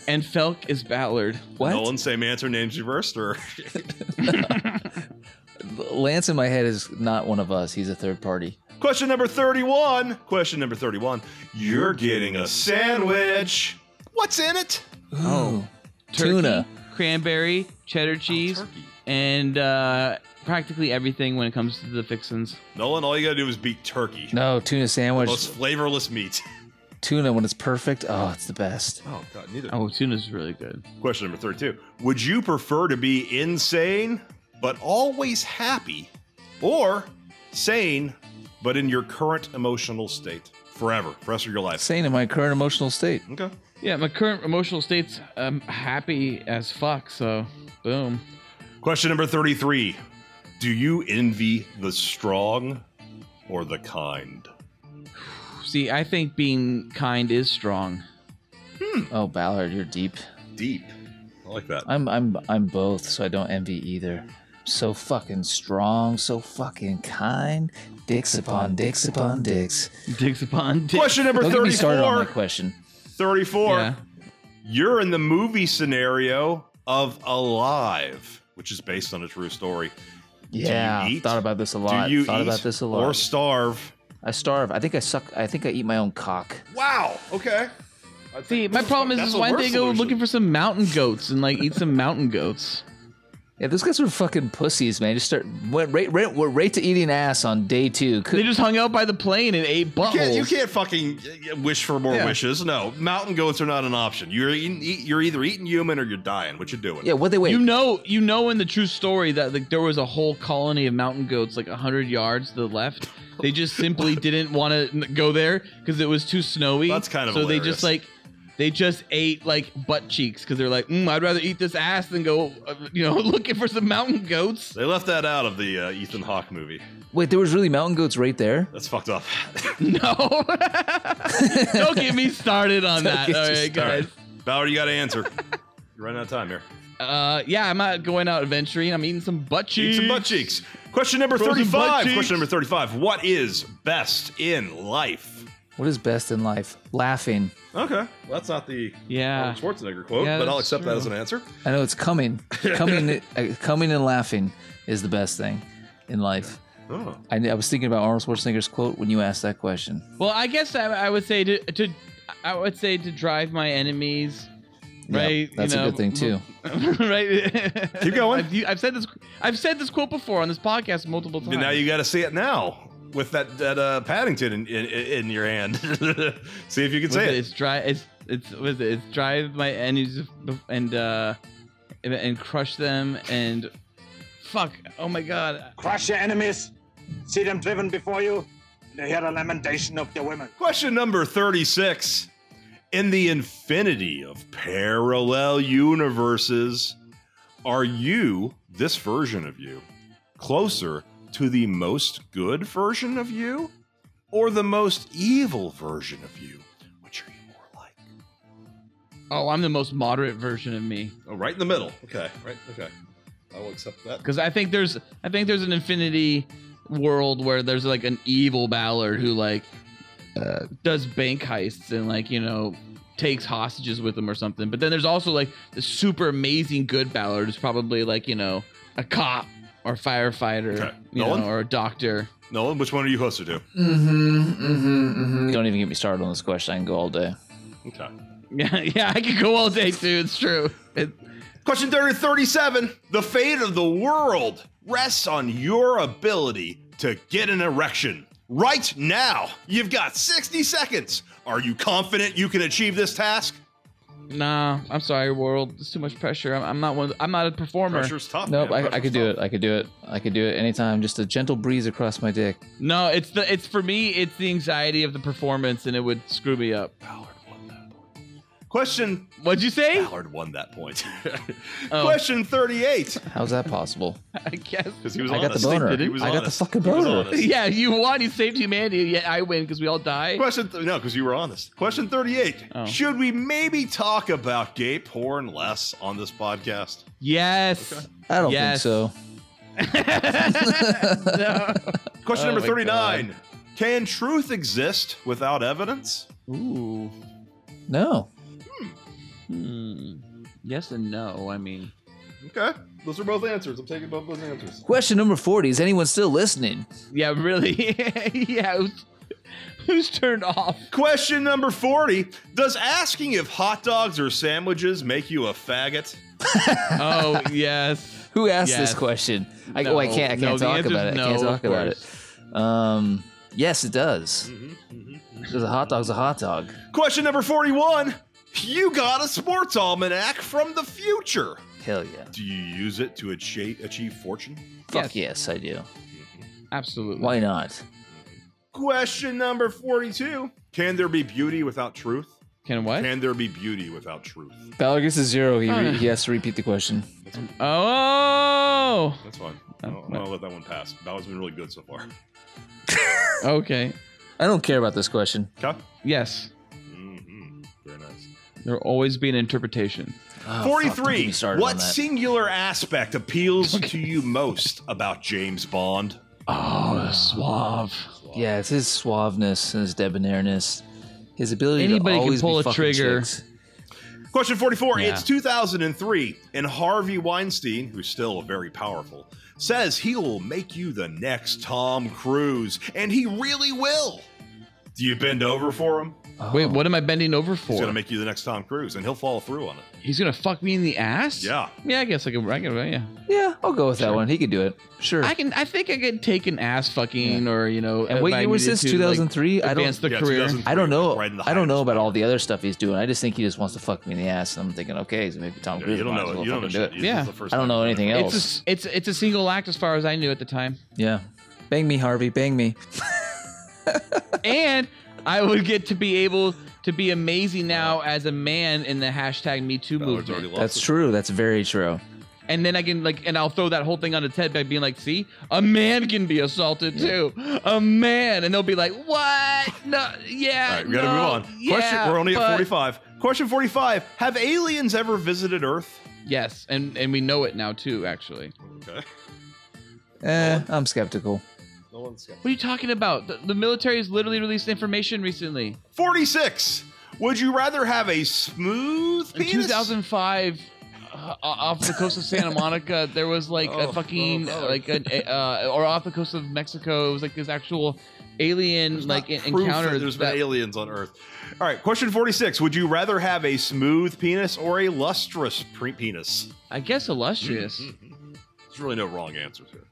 and Felk is Ballard.
What?
Nolan, same answer, names reversed, or
Lance in my head is not one of us. He's a third party.
Question number 31. Question number 31. You're getting a sandwich. What's in it?
Oh.
Turkey,
Tuna.
cranberry, cheddar cheese,
Oh, turkey.
and uh, practically everything when it comes to the fixins.
Nolan, all you gotta do is beat turkey.
No, tuna sandwich.
Most flavorless meat.
Tuna when it's perfect. Oh, it's the best.
Oh, God, neither.
Oh, tuna's really good.
Question number 32. Would you prefer to be insane but always happy or sane but in your current emotional state forever, for the rest of your life?
Sane in my current emotional state.
Okay.
Yeah, my current emotional state's um, happy as fuck. So, boom.
Question number 33 Do you envy the strong or the kind?
See, I think being kind is strong.
Oh, Ballard, you're deep.
Deep. I like that.
I'm I'm I'm both, so I don't envy either. So fucking strong, so fucking kind. Dicks upon dicks upon dicks.
Dicks upon dicks.
Question number
Don't get me started on
34.
that question.
34.
Yeah.
You're in the movie scenario of Alive, which is based on a true story.
Yeah,
eat?
thought about this a lot.
Do you
thought
eat
about this a
or
lot.
starve?
I starve. I think I suck. I think I eat my own cock.
Wow. Okay.
See, my problem is,
That's
is
the
why
worst
they go
solution.
looking for some mountain goats and like eat some mountain goats.
Yeah, those guys were fucking pussies, man. Just start went right, right, went right to eating ass on day two. Could,
They just hung out by the plane and ate buttholes.
You can't, you can't fucking uh, wish for more
Yeah.
wishes. No, mountain goats are not an option. You're eating, eat, you're either eating human or you're dying. What you doing?
yeah, what they wait?
You know, you know, in the true story that like there was a whole colony of mountain goats like hundred yards to the left. They just simply didn't want to go there because it was too snowy.
That's kind of
so they just
hilarious.
like they just ate like butt cheeks because they're like, mm, I'd rather eat this ass than go, uh, you know, looking for some mountain goats.
They left that out of the uh, Ethan Hawke movie.
wait, there was really mountain goats right there.
That's fucked up.
No, don't get me started on
Don't
that.
get
All
you
right,
All right,
guys.
Bauer, you got to answer. you're running out of time here.
Uh, yeah, I'm out going out adventuring. I'm eating some butt cheeks.
Eat some butt cheeks. Question number
Throw some butt
thirty-five.
cheeks.
Question number thirty-five. What is best in life?
What is best in life? Laughing.
Okay, well, that's not the
Yeah.
Arnold Schwarzenegger quote,
Uh, Yeah,
but I'll
that's
accept that
true.
as an answer.
I know it's coming. Coming, uh, coming, and laughing is the best thing in life.
Oh.
I, I was thinking about Arnold Schwarzenegger's quote when you asked that question.
Well, I guess I, I would say to, to I would say to drive my enemies.
Yeah,
Right, you
that's a
know,
good thing too.
right.
Keep going.
I've, I've said this. I've said this quote before on this podcast multiple times.
And now you got to see it now with that that uh, Paddington in, in, in your hand. see if you can
What is it?
say it.
It's drive. It's it's what is it? It's drive my enemies bef- and uh and- and crush them and fuck. Oh my god.
Crush your enemies, see them driven before you, and hear the lamentation of your women.
Question number thirty-six. In the infinity of parallel universes, are you this version of you closer to the most good version of you, or the most evil version of you? Which are you more like?
Oh, I'm the most moderate version of me
Oh, right in the middle. Okay, right. Okay, I will accept that.
because I think there's I think there's an infinity world where there's like an evil Ballard who like uh, does bank heists and like you know takes hostages with him or something. But then there's also like the super amazing good Ballard who's probably like you know a cop or firefighter,
Okay.
you
Nolan?
know, or a doctor.
Nolan, which one are you closer to?
You don't even get me started on this question. I can go all day.
Okay.
Yeah, yeah, I could go all day too. It's true. It,
Question 30 37. The fate of the world rests on your ability to get an erection. Right now, you've got 60 seconds. Are you confident you can achieve this task?
nah, I'm sorry, world. It's too much pressure. I'm, I'm not one. I'm not a performer.
Pressure's tough.
Nope,
man.
I, I could do it. I could do it. I could do it anytime. Just a gentle breeze across my dick.
No, it's the it's for me. It's the anxiety of the performance, and it would screw me up.
Ballard won that point. Question
What'd you say?
Ballard won that point.
Oh.
Question 38.
How's that possible?
I guess.
Because he was
I got the
honest.
boner.
He was
I got the
honest.
fucking
He was
boner.
honest.
Yeah, you won. You saved humanity. Yet I win because we all die.
Question th- no, because you were honest. Question thirty-eight.
Oh.
Should we maybe talk about gay porn less on this podcast?
Yes.
I don't
Yes.
think so.
No.
Question
Oh
number
my
thirty-nine. Can truth exist without evidence?
Ooh.
No.
Hmm. Yes and no. I mean,
Okay, those are both answers. I'm taking both those answers.
Question number 40. Is anyone still listening?
yeah, really. yeah. Who's, who's turned off?
Question number forty. Does asking if hot dogs or sandwiches make you a faggot?
Oh yes.
Who asked
Yes.
this question? I, oh, I
No.
can't. I can't
No, the
talk
answer's
about it. I
no,
can't talk
of Mm-hmm,
about it. Um, yes, it does. Because a hot dog's a hot dog.
Question number forty-one. You got a sports almanac from the future.
Hell yeah.
Do you use it to achieve, achieve fortune?
Fuck yes, I do.
Absolutely.
Why not?
Question number 42 Can there be beauty without truth?
Can what?
Can there be beauty without truth?
Balgus is zero. He,
Oh, no.
re- he has to repeat the question.
Oh,
That's fine.
Oh,
I'll,
no.
I'll let that one pass. That one's been really good so far.
okay.
I don't care about this question.
Okay.
Yes,
hmm Very nice.
there'll always be an interpretation.
Oh, fuck, don't get
43.
me started on
what
that.
singular aspect appeals to you most about James Bond?
Oh, suave.
Yeah, it's his suaveness and his debonairness, his ability
Anybody
to
can
always
pull
be
a
fucking
trigger.
chicks.
Question 44.
Yeah.
It's 2003, and Harvey Weinstein, who's still very powerful, says he will make you the next Tom Cruise, and he really will. Do you bend over for him?
Oh.
Wait, what am I bending over for?
He's going to make you the next Tom Cruise, and he'll follow through on it.
He's gonna fuck me in the ass?
Yeah.
Yeah, I guess I could. I could. Yeah.
Yeah, I'll go with that one. He could do it. Sure.
I can. I think I could take an ass fucking or you know.
And what
if I
year was
needed
this?
to, like,
2003? I don't-
Advance the
Yeah,
career.
2003,
I don't know.
right in the
I don't know
height.
about all the other stuff he's doing. I just think he just wants to fuck me in the ass. And I'm thinking, okay, so maybe Tom
Yeah,
Cruise
you don't
might as
know.
well
You don't
fucking
know.
do
shit.
it.
This is
Yeah.
the first
I don't
time
know
you've
anything
heard it.
else.
It's a, it's it's a single act as far as I knew at the time,
yeah. Bang me, Harvey. Bang me.
and I would get to be able to be amazing now as a man in the hashtag Me Too
Ballard's already
movement,
lost
That's
it.
true. That's very true.
and then I can like, and I'll throw that whole thing on its head by being like, "See, a man can be assaulted too, a man," and they'll be like, "What? No, yeah,
All right, we gotta
no,
move on.
yeah,
Question: We're only at
but-
45. Question 45: Have aliens ever visited Earth?
Yes, and and we know it now too. Actually,
Okay.
Eh, I'm skeptical.
No one's
what are you talking about? The, the military has literally released information recently.
46. Would you rather have a smooth
In
penis?
2005 uh, off the coast of Santa Monica there was like
Oh,
a fucking
oh, brother.
like an uh, or off the coast of Mexico it was like this actual alien
There's
like
not
en-
proof
encounter
that there's been
that-
aliens on Earth. All right. Question 46. Would you rather have a smooth penis or a lustrous pre- penis?
I guess illustrious
There's really no wrong answers here.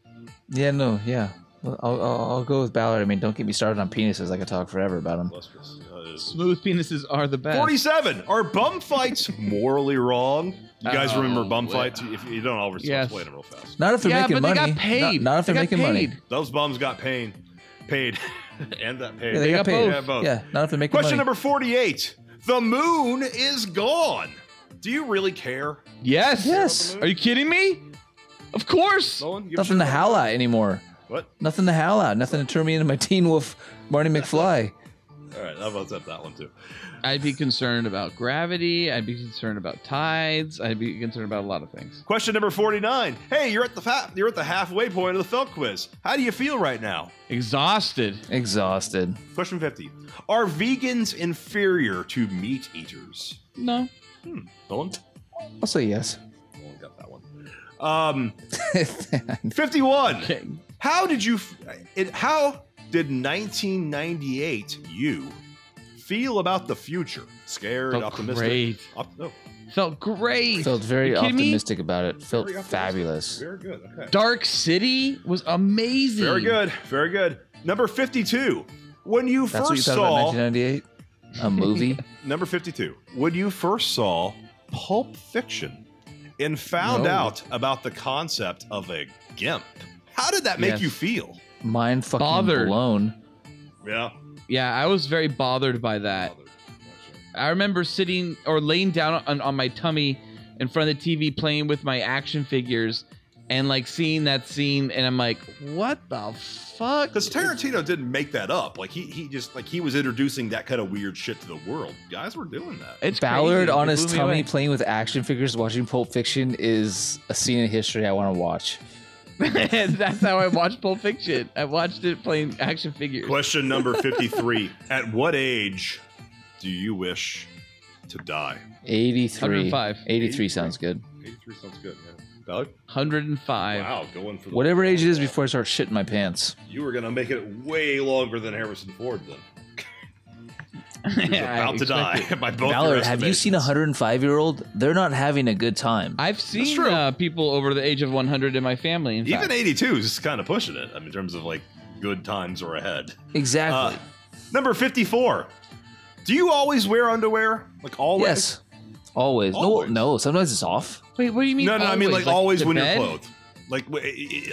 Yeah, no, yeah. Well, I'll, I'll, I'll go with Ballard. I mean, don't get me started on penises. I could talk forever about them.
Lustrous. uh, is-
smooth penises are the best
47. Are bum fights morally wrong? You guys
Oh,
remember bum
wait.
fights? If you don't, I'll
Yes.
explain them real fast.
Not if they're
yeah
making
but
money.
they got paid
Not, not if
they
they're
got
making money.
paid.
Those bums got pain, paid, and that paid.
Yeah, they, got,
got
paid.
both.
Yeah, both.
Yeah, not if they're making
Question
money.
number 48. The moon is gone. Do you really care?
yes
Yes.
are you kidding me of course
Nolan, give
Nothing to howl at anymore.
What?
Nothing to howl at. Nothing to turn me into my Teen Wolf, Marty McFly.
All right, I'll accept that one too.
I'd be concerned about gravity I'd be concerned about tides I'd be concerned about a lot of things
Question number 49. Hey, you're at the fa- you're at the halfway point of the Felt quiz. How do you feel right now?
exhausted
Exhausted.
Question 50. Are vegans inferior to meat eaters?
no
Nolan?
I'll say yes.
Nolan got that one. Um, 51.
okay
How did you f- it, how did 1998 you feel about the future? Scared,
Felt
optimistic.
great.
Op- no,
felt great
Felt very
You kidding me?
optimistic about it. Felt
Very optimistic.
fabulous.
very good. Okay.
Dark City was amazing.
Very good. Very good. Number 52. When you
That's what you
first
thought
saw
about 1998? A movie?
number 52. When you first saw Pulp Fiction and found
No.
out about the concept of a gimp. How did that make
Yes.
you feel?
Mind fucking
Bothered.
blown.
Yeah.
Yeah, I was very bothered by that. I remember sitting or laying down on, on my tummy in front of the TV playing with my action figures and like seeing that scene and I'm like, what the fuck?
Because Tarantino didn't make that up. Like he he just like he was introducing that kind of weird shit to the world. Guys were doing that.
It's
Ballard
crazy.
on
It
his
blew me
tummy
away.
playing with action figures watching Pulp Fiction is a scene in history I want to watch.
That's how I watched Pulp Fiction. I watched it playing action figures.
Question number 53. At what age do you wish to die?
83.
105.
83 sounds good.
83 sounds good, man. Doug?
105.
Wow, going for the
Whatever age it is before I start shitting my pants.
You were gonna make it way longer than Harrison Ford then.
Yeah,
He was
I
about to die
expected-
by both.
Ballard,
your
have you seen a
estimations.
105 year old? They're not having a good time.
I've seen
true.
uh, people over the age of 100 in my family. In fact.
Even 82 is kind of pushing it I mean, in terms of like good times are ahead.
exactly.
Uh, number 54. Do you always wear underwear? Like always?
yes. Always.
Always.
No, no, sometimes it's off.
Wait, what do you mean?
No, no, I mean
always?
like, always
to
when
bed?
you're clothed. Like,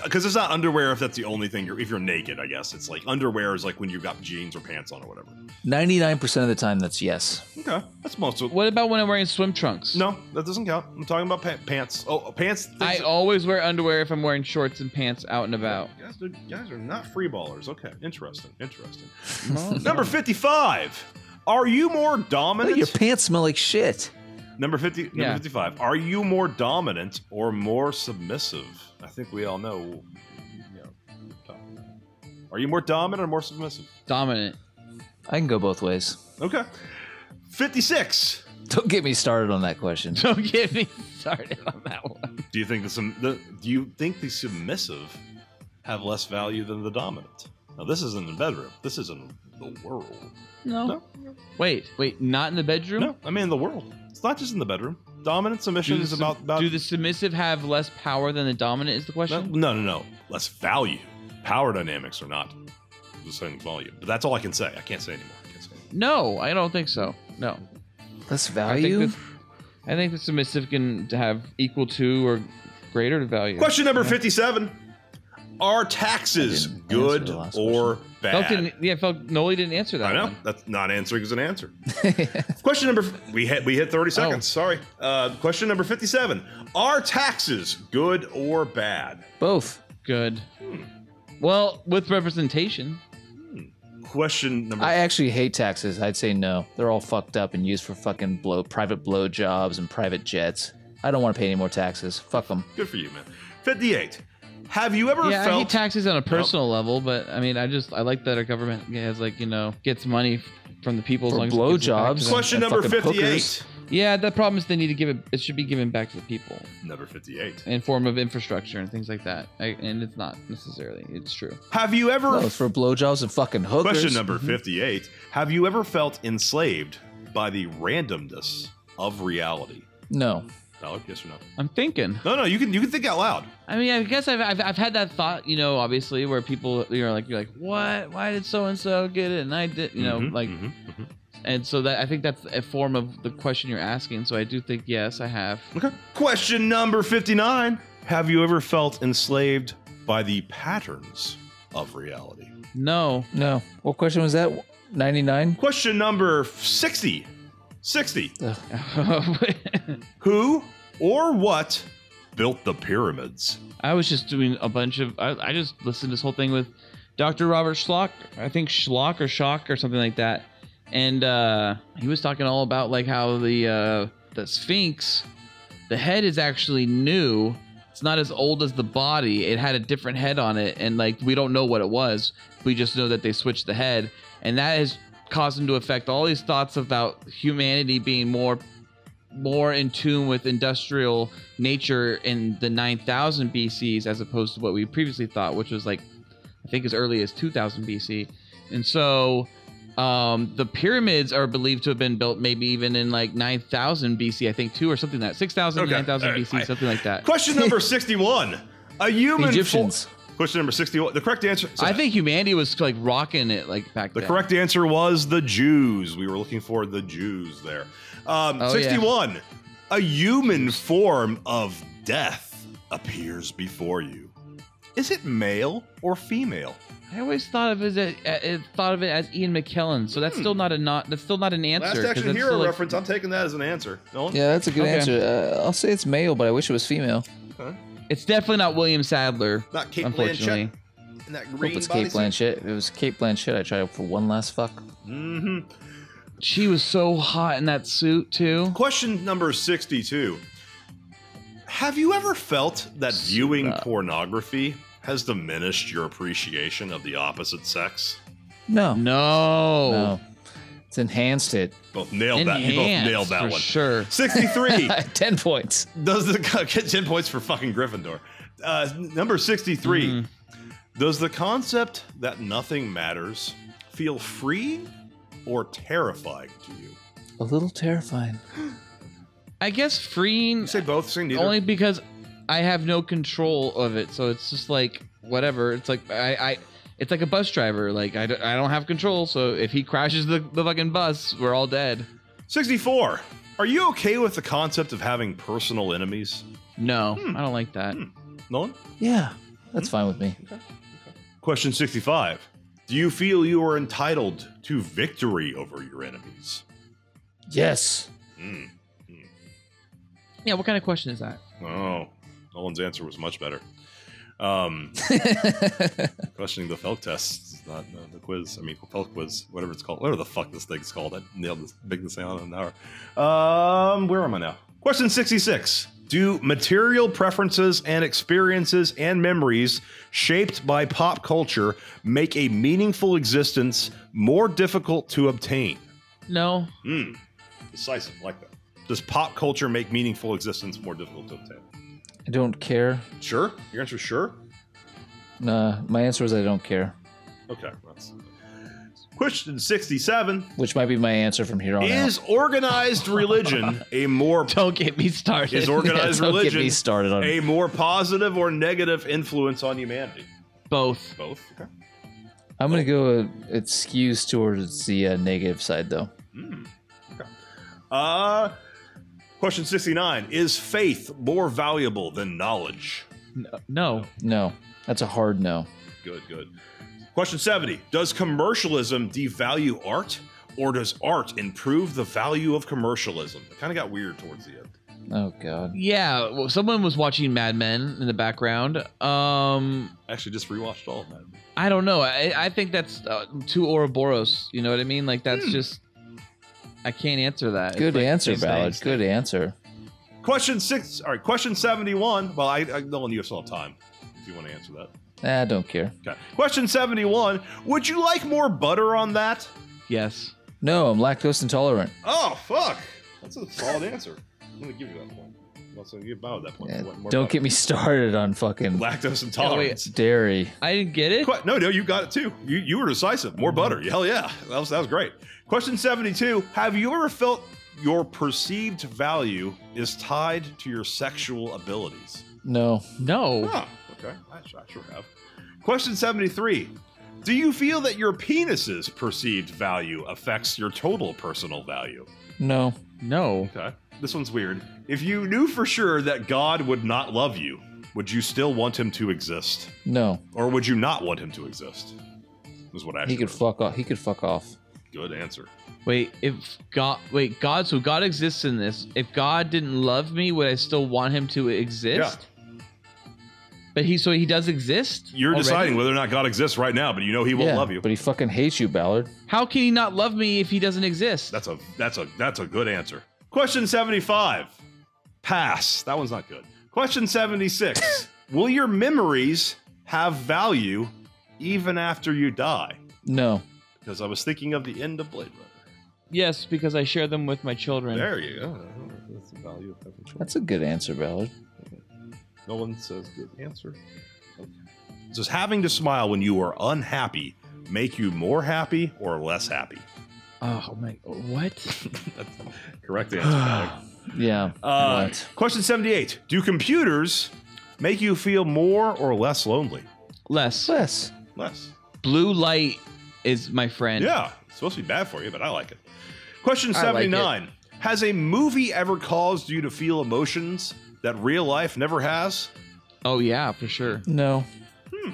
because it's not underwear if that's the only thing you're, if you're naked, I guess. It's like underwear is like when you've got jeans or pants on or whatever.
99% of the time, that's yes.
Okay. That's most of
What about when I'm wearing swim trunks?
No, that doesn't count. I'm talking about pa- pants. Oh, pants.
I
things-
always wear underwear if I'm wearing shorts and pants out and about.
You guys, are, you guys are not free ballers. Okay, interesting, interesting. Number fifty-five. Are you more
But
dominant?
your pants smell like shit.
number fifty. Number
Yeah.
fifty-five. Are you more dominant or more submissive? I think we all know. You know are you more dominant or more submissive?
Dominant.
I can go both ways.
Okay. Fifty-six.
Don't get me started on that question.
Don't get me started on that one.
Do you think the, sub- the do you think the submissive have less value than the dominant? Now this isn't the bedroom. This is in the world. No.
Wait, wait, not in the bedroom?
No, I mean the world. It's not just in the bedroom. Dominant submission
Do the,
is
sub-
about about
do the submissive have less power than the dominant? Is the
no,
question?
no, no, no. Less value. Power dynamics are not the same volume. But that's all I can say. I can't say anymore. I can't say anymore.
No, I don't think so. No, I
Less
think
value?
this, I think the submissive can have equal to or greater value.
Question number fifty-seven: Are taxes
I didn't
good
answer the last
or
Felt
bad?
didn't, yeah, Felt Noli didn't answer that.
I know
one.
that's not answering is an answer. question number f- we hit we hit
Oh.
thirty seconds. Sorry. Uh, question number fifty-seven: Are taxes good or bad?
Both.
Good.
Hmm.
Well, with representation.
Question number
I actually hate taxes. I'd say no. They're all fucked up and used for fucking blow private blow jobs and private jets. I don't want to pay any more taxes. Fuck them.
Good for you, man. 58. Have you ever
Yeah, I
felt
hate taxes on a personal level, but I mean, I just I like that our government has like you know gets money f- from the people as
Or
long as it gives it back
blowjobs.
to them.
question
and
number
fucking
58?
hookers.
Yeah, the problem is they need to give it. It should be given back to the people
Number 58.
in form of infrastructure and things like that. I, and it's not necessarily. It's true.
Have you ever
No, it's for blowjobs and fucking hookers.
Question number
Mm-hmm.
58. Have you ever felt enslaved by the randomness of reality?
No.
Dollar, yes or no?
I'm thinking.
No, no, you can you can think out loud.
I mean, I guess I've, I've, I've had that thought, you know, obviously, where people you know, like you're like, what? Why did so and so get it and I did, you know,
Mhm,
like,
mhm, mhm.
and so that I think that's a form of the question you're asking. So I do think yes, I have.
Okay. Question number 59. Have you ever felt enslaved by the patterns of reality?
No,
No. What question was that? 99?
Question number 60. 60.
I
Who or what built the pyramids?
was just doing a bunch of. I, I just listened to this whole thing with Dr. Robert Schlock. I think Schlock or Shock or something like that. And uh, he was talking all about like how the uh, the Sphinx, the head is actually new. It's not as old as the body. It had a different head on it, and like we don't know what it was. We just know that they switched the head, and that has caused him to affect all these thoughts about humanity being more more in tune with industrial nature in the 9000 BCs as opposed to what we previously thought, which was like, I think as early as 2000 BC. And so um, the pyramids are believed to have been built maybe even in like 9000 BC, I think, too, or something like that 6000,
Okay.
9000
All right.
BC,
I-
something like that.
Question number 61. A human. fo-
Egyptians.
Question number 61. The correct answer.
I think humanity was like rocking it like back
The
then.
correct answer was the Jews. We were looking for the Jews there. Um,
Oh,
61. A human form of death appears before you. Is it male or female?
I always thought of it as a, uh, thought of it as Ian McKellen, so that's still
Hmm.
not a not that's still not an answer. 'cause that's still, like-
I'm taking that as an answer. Nolan?
Yeah, that's a good
Okay.
answer. Uh, I'll say it's male, but I wish it was female.
It's definitely not William Sadler,
Not Kate
unfortunately.
in that
Hope it's Kate Blanchett. If it was Kate Blanchett, I'd try for one last fuck.
Mm-hmm.
She was so hot in that suit too.
Question number 62. Have you ever felt that viewing pornography has diminished your appreciation of the opposite sex?
No.
No,
No. It's enhanced it.
Both nailed that. You both
Enhanced,
nailed that
for
one.
sure.
63.
10 points.
does the get 10 points for fucking Gryffindor. Uh, number 63.
Mm-hmm.
Does the concept that nothing matters feel free or terrifying to you?
A little terrifying.
I guess freeing
You say both, say neither.
only because I have no control of it, so it's just like whatever. It's like I, I it's like a bus driver. Like I, don't- I don't have control, so if he crashes the, the fucking bus, we're all dead.
64. Are you okay with the concept of having personal enemies? Hmm.
No, I don't like that.
Nolan?
Yeah, that's fine with me.
Question 65. Do you feel you are entitled to victory over your enemies?
Yes.
Hmm.
Yeah, what kind of question is that?
Oh, Nolan's answer was much better. Um, questioning the Felk test, it's not uh, the quiz. I mean, Felk quiz, whatever it's called, whatever the fuck this thing's called. I nailed this, big this out in an hour. Um, where am I now? Question sixty-six: Do material preferences and experiences and memories shaped by pop culture make a meaningful existence more difficult to obtain?
No.
Hmm. Decisive, like that. Does pop culture make meaningful existence more difficult to obtain?
I don't care.
Sure. Your answer is sure.
Uh, my answer is I don't care,
Okay. That's... Question 67
which might be my answer from here on
Is organized religion a more
Don't get me started.
is
out. Yeah,
organized
don't get me
religion
started on
a more positive or negative influence on humanity?
Both.
Both. Okay.
I'm gonna go. Uh, it skews towards the uh, negative side, though.
Hmm. okay. Uh question 69 is faith more valuable than knowledge?
No.
No, that's a hard no.
Good, good. Question 70 Does commercialism devalue art, or does art improve the value of commercialism? It kind of got weird towards the end.
Oh God.
Yeah, well, someone was watching Mad Men in the background. Um,
Actually, just rewatched all of that.
I don't know. I, I think that's uh, too Ouroboros. You know what I mean? Like
Hmm.
that's just. I can't answer that. It's
Good
like
answer,
these
Ballard.
things.
Good answer.
Question six. All right, question 71. Well, I, I Nolan, you still have time if you want to answer that.
Nah, I don't care.
Okay. Question 71 Would you like more butter on that?
Yes.
No, I'm lactose intolerant.
Oh, fuck. That's a solid answer. I'm going to give you that point. I'm also going to give Bob that point.
Yeah,
You want more
don't
butter.
get me started on fucking
lactose intolerance.
dairy.
I didn't get it.
Que- no, no, you got it too. You you were decisive. More butter.
Mm-hmm.
Hell yeah, that was that was great. Question seventy two: Have you ever felt your perceived value is tied to your sexual abilities?
No.
No.
Huh, okay, I, su- I sure have. Question seventy three: Do you feel that your penis's perceived value affects your total personal value?
No.
No.
Okay, this one's weird. If you knew for sure that God would not love you, would you still want him to exist,
No.
or would you not want him to exist? Is what I
He
actually
could
wrote.
fuck off. He could fuck off.
Good answer.
Wait. If God. Wait. God. So God exists in this. If God didn't love me, would I still want Him to exist? But he. So he does exist.
You're
already?
deciding whether or not God exists right now, but you know He won't
yeah,
love you.
But he fucking hates you, Ballard.
How can he not love me if he doesn't exist?
That's a that's a that's a good answer. Question seventy-five. Pass. That one's not good. Question seventy-six. Will your memories have value even after you die?
No.
Because I was thinking of the end of Blade Runner.
yes, because I share them with my children.
There you go. That's the value of having children.
That's a good answer, Ballard.
No one says good answer. Okay. Does having to smile when you are unhappy make you more happy or less happy?
Oh my. What?
That's the correct answer. Alec.
Yeah.
Uh,
Right.
Question 78. Do computers make you feel more or less lonely?
Less.
Less.
Less.
Blue light is my friend.
Yeah. It's supposed to be bad for you, but I like it. Question
I like it.
79. Has a movie ever caused you to feel emotions that real life never has?
Oh yeah, for sure.
No. Hmm.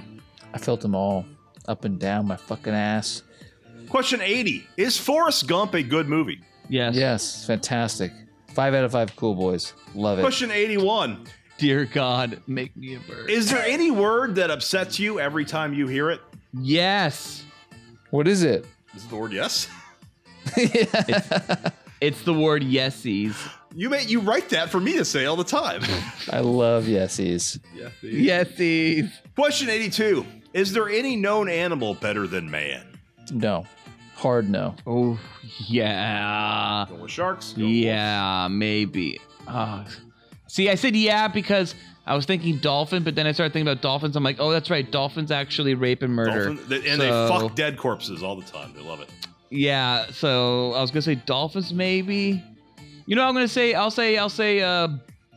I felt them all up and down my fucking ass.
Question 80. Is Forrest Gump a good movie?
Yes.
Yes, fantastic. Five out of five cool boys. Love it.
Question 81.
Dear God, make me a bird.
Is there any word that upsets you every time you hear it?
yes.
What is it?
Is it the word yes?
It's the word yesies.
You may you write that for me to say all the time.
I love yesies.
yeah,
Yesies.
Question 82 Is there any known animal better than man?
No. Hard no.
Oh yeah.
Going with sharks? going with
Yeah, maybe. Ah. see, I said yeah because I was thinking dolphin, but then I started thinking about dolphins. I'm like, oh, that's right. Dolphins actually rape and murder.
dolphins? They-
So-
And they fuck dead corpses all the time. They love it.
Yeah, so I was gonna say dolphins maybe. You know, what I'm gonna say I'll say I'll say uh,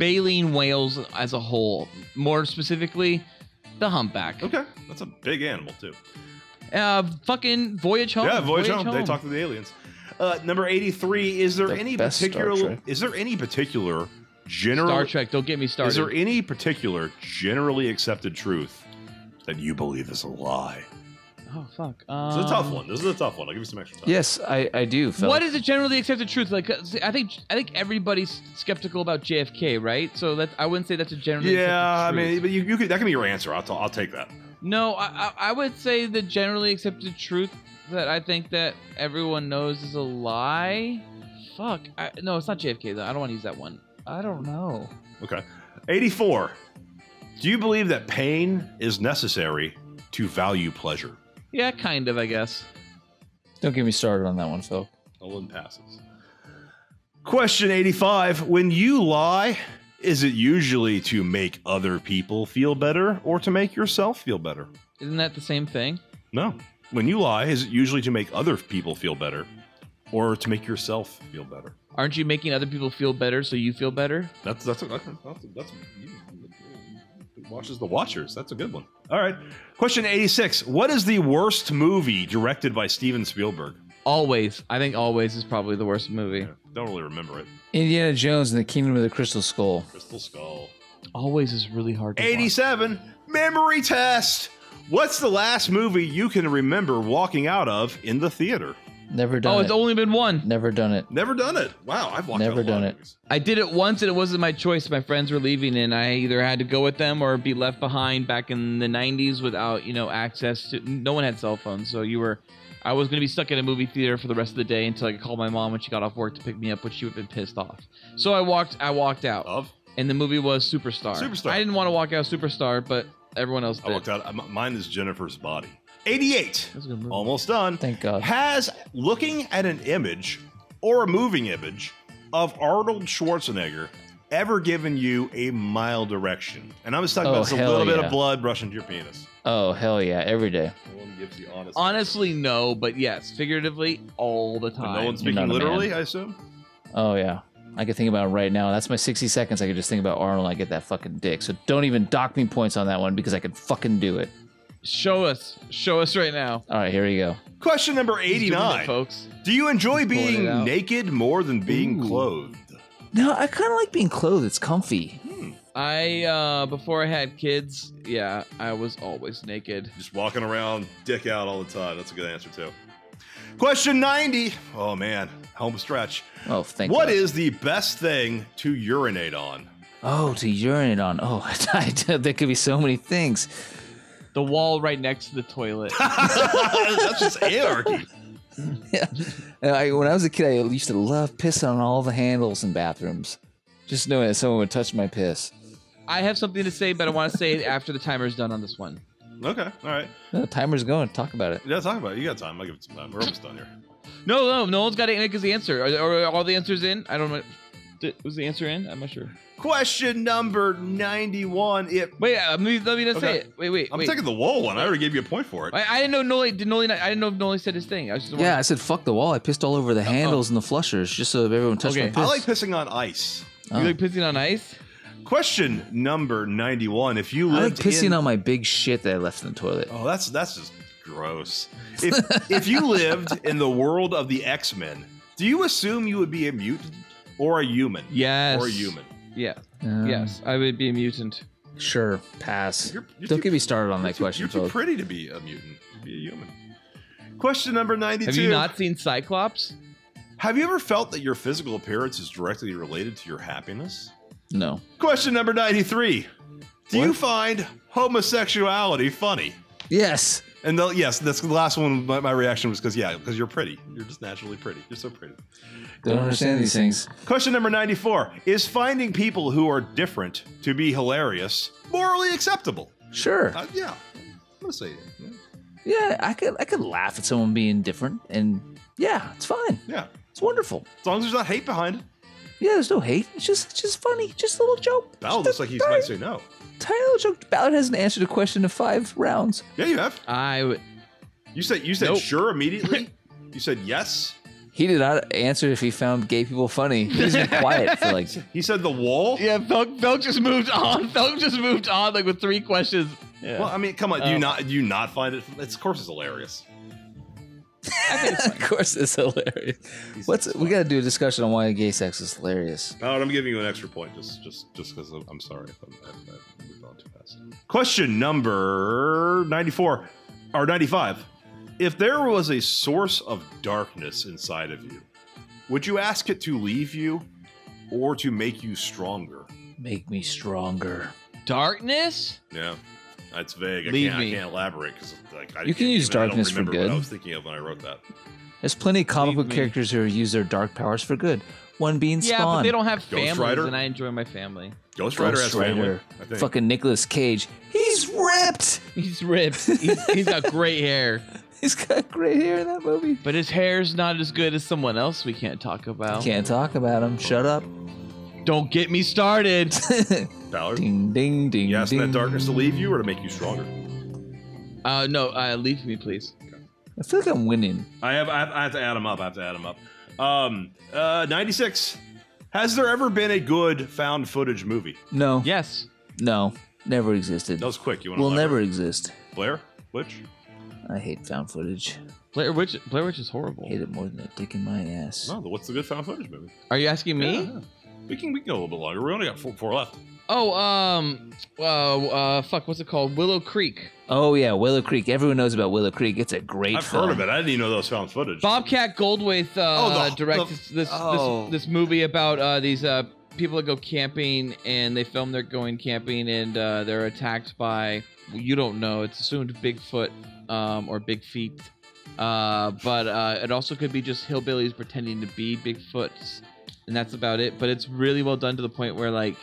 baleen whales as a whole. More specifically, the humpback.
Okay. That's a big animal, too.
Uh, fucking voyage home.
yeah, voyage, home. They talk to the aliens. Uh, number 83 Is there
The
any
best Star
particular
Trek.
Is there any particular general
Star Trek. Don't get me started.
Is there any particular generally accepted truth that you believe is a lie?
oh fuck.
This is e- a tough
Um,
one. This is a tough one. I'll give you some extra time.
Yes, I, I do. Phil.
What is the generally accepted truth? Like, uh, see, I think I think everybody's skeptical about JFK, right? So that I wouldn't say that's a generally.
Yeah, I
accepted truth.
mean, but you, you could, that can be your answer. I'll, t- I'll take that.
No, I, I I would say the generally accepted truth that I think that everyone knows is a lie. Fuck. I, no, it's not JFK though. I don't want to use that one. I don't know.
Okay. 84. Do you believe that pain is necessary to value pleasure?
Yeah, kind of. I guess.
Don't get me started on that one, Phil.
Olin passes. Question 85. When you lie, is it usually to make other people feel better or to make yourself feel better?
Isn't that the same thing?
No. When you lie, is it usually to make other people feel better or to make yourself feel better?
Aren't you making other people feel better so you feel better?
That's that's a, that's a, that's, a, that's a- you- it watches the Watchers. That's a good one. All right. Question 86. What is the worst movie directed by Steven Spielberg?
Always. I think always is probably the worst movie.
Don't really remember it.
Indiana Jones and the Kingdom of the Crystal Skull.
Crystal Skull.
Always is really hard to watch.
87 memory test what's the last movie you can remember walking out of in the theater
Never done
Oh,
it.
it's only been one.
Never done it.
never done it wow i've walked
Never
out of a lot
done
of
it.
movies.
I did it once and it wasn't my choice. My friends were leaving and I either had to go with them or be left behind back in the 90s without, you know, access to no one had cell phones. So you were I was going to be stuck in a movie theater for the rest of the day until I could call my mom when she got off work to pick me up, but she would have been pissed off. So I walked I walked out.
of
And the movie was Superstar.
Oh. Superstar.
I didn't want to walk out Superstar, but everyone else
i
did.
walked out I- mine is jennifer's body 88
That's a good movie.
almost done
Thank God.
has looking at an image or a moving image of arnold schwarzenegger ever given you a mild erection and i'm just talking
Oh,
about just a
hell
little bit
yeah.
of blood brushing to your penis
Oh hell yeah, every day.
no one gives the honest
Honestly, no, but yes, figuratively all the
But
time.
no one's
You're not
speaking
a man.
literally i assume
Oh yeah. I could think about it right now. That's my 60 seconds. I could just think about Arnold. I get that fucking dick. So don't even dock me points on that one because I could fucking do it.
Show us. Show us right now.
All right, here we go.
question number
He's doing it,
89
folks.
Do you enjoy
Just pulling it
being
out.
naked more than being clothed?
No, I kind of like being clothed. It's comfy.
I uh before I had kids, yeah, I was always naked.
Just walking around, dick out all the time. That's a good answer, too. Question 90. Oh, man. Home stretch.
Oh, thank
What
God.
is the best thing to urinate on?
Oh, to urinate on. Oh, I, there could be so many things.
The wall right next to the toilet.
That's just anarchy.
And I, when I was a kid, I used to love pissing on all the handles in bathrooms. Just knowing that someone would touch my piss.
I have something to say, but I want to say it after the timer's done on this one.
Okay. All right.
No, timer's going. Talk about it.
You gotta talk about it. You got time. I'll give it some time. We're almost done here.
No, no, no one's got to make his answer. Are, are all the answers in? I don't know. Did- Was the answer in? I'm not sure.
Question number 91. It,
Wait, uh, let me let me not
Okay.
say it. Wait, wait,
I'm
wait.
taking the wall one. I already gave you a point for it.
I, I didn't know Noli did Noli. not- I didn't know if Noli said his thing. I was just
Yeah, I said fuck the wall. I pissed all over the handles and the flushers just so everyone touched
Okay.
my piss.
I like pissing on ice.
You like pissing on ice?
Question number 91. If you
I like
lived
pissing
in-
on my big shit that I left in the toilet.
Oh, that's that's just gross. If if you lived in the world of the X Men, do you assume you would be a mutant or a human?
Yes.
Or a human.
Yeah.
Um,
yes, I would be a mutant.
Sure, pass.
Oh, You're- you're
Don't
too-
get me started on
You're
that
too-
question,
You're too
folks.
pretty to be a mutant. You'd Be a human. Question number ninety-two.
Have you not seen Cyclops?
Have you ever felt that your physical appearance is directly related to your happiness?
No.
Question number ninety-three. Do you find homosexuality funny?
Yes.
And the, yes, that's the last one. My, my reaction was because yeah, because you're pretty. You're just naturally pretty. You're so pretty.
Don't understand these things.
Question number 94 Is finding people who are different to be hilarious morally acceptable?
Sure.
Uh, yeah. I'm going to say it. Yeah.
Yeah, I could I could laugh at someone being different and yeah, it's fine.
Yeah.
It's wonderful.
As long as there's not hate behind it.
Yeah, there's no hate. It's just it's just funny. Just a little joke.
Ballard looks like he might say no.
Tiny little joke. Ballard hasn't answered a question in five rounds.
Yeah, you have.
I would.
You said you said
Nope.
sure immediately. you said yes.
He did not answer if he found gay people funny. He's been quiet for like
He said the wall.
Yeah, Felk, Felk just moved on. Felk just moved on like with three questions.
Well, I mean, come on. Do you
Oh.
not do you not find it? It's, of course, it's hilarious.
of course, it's hilarious. What's we got to do a discussion on why gay sex is hilarious?
Oh, and I'm giving you an extra point just just just because I'm, I'm sorry if I'm, I've, I've moved on too fast. Question number 94 or 95. If there was a source of darkness inside of you, would you ask it to leave you or to make you stronger?
Make me stronger.
Darkness?
Yeah. That's vague. I,
Leave
can't,
me.
I can't elaborate because like, I
You
can't
can use
even- I don't
darkness for
remember What
good.
I was thinking of when I wrote that.
There's plenty of comic
Leave
book
me.
characters who use their dark powers for good. One being
Yeah,
Spawn.
but they don't have
Ghost
families,
Rider?
and I enjoy my family.
Ghost Rider
Ghost
has family.
Rider.
I think.
Fucking Nicolas Cage. He's ripped.
He's ripped. He's, he's got great hair,
He's got great hair in that movie.
but his hair's not as good as someone else we can't talk about.
Can't talk about him. Shut up.
Don't get me started.
Ballard.
Ding ding ding.
You asking
ding.
that darkness to leave you or to make you stronger?
Uh, no, uh, leave me, please.
I feel like I'm winning.
I have, I have I have to add them up. I have to add them up. Um, uh, ninety six. Has there ever been a good found footage movie?
No.
Yes.
No. Never existed.
That was quick. You want
Will never exist.
Blair? Which?
I hate found footage.
Blair Witch. Blair Witch is horrible.
Hate it more than a dick in my ass.
No. the- What's the good found footage movie?
Are you asking me?
Yeah, yeah. We can we can go a little bit longer. We only got four, four left.
Oh, um, uh, uh, fuck, what's it called? Willow Creek.
Oh yeah, Willow Creek. Everyone knows about Willow Creek. It's a great.
I've
film.
heard of it. I didn't even know that was found footage.
Bobcat Goldthwait uh,
Oh, the-
directs
the-
this this,
oh.
this this movie about uh, these uh, people that go camping and they film they're going camping and uh, they're attacked by you don't know it's assumed Bigfoot um, or Big Feet, uh, but uh, it also could be just hillbillies pretending to be Bigfoots, and that's about it. But it's really well done to the point where like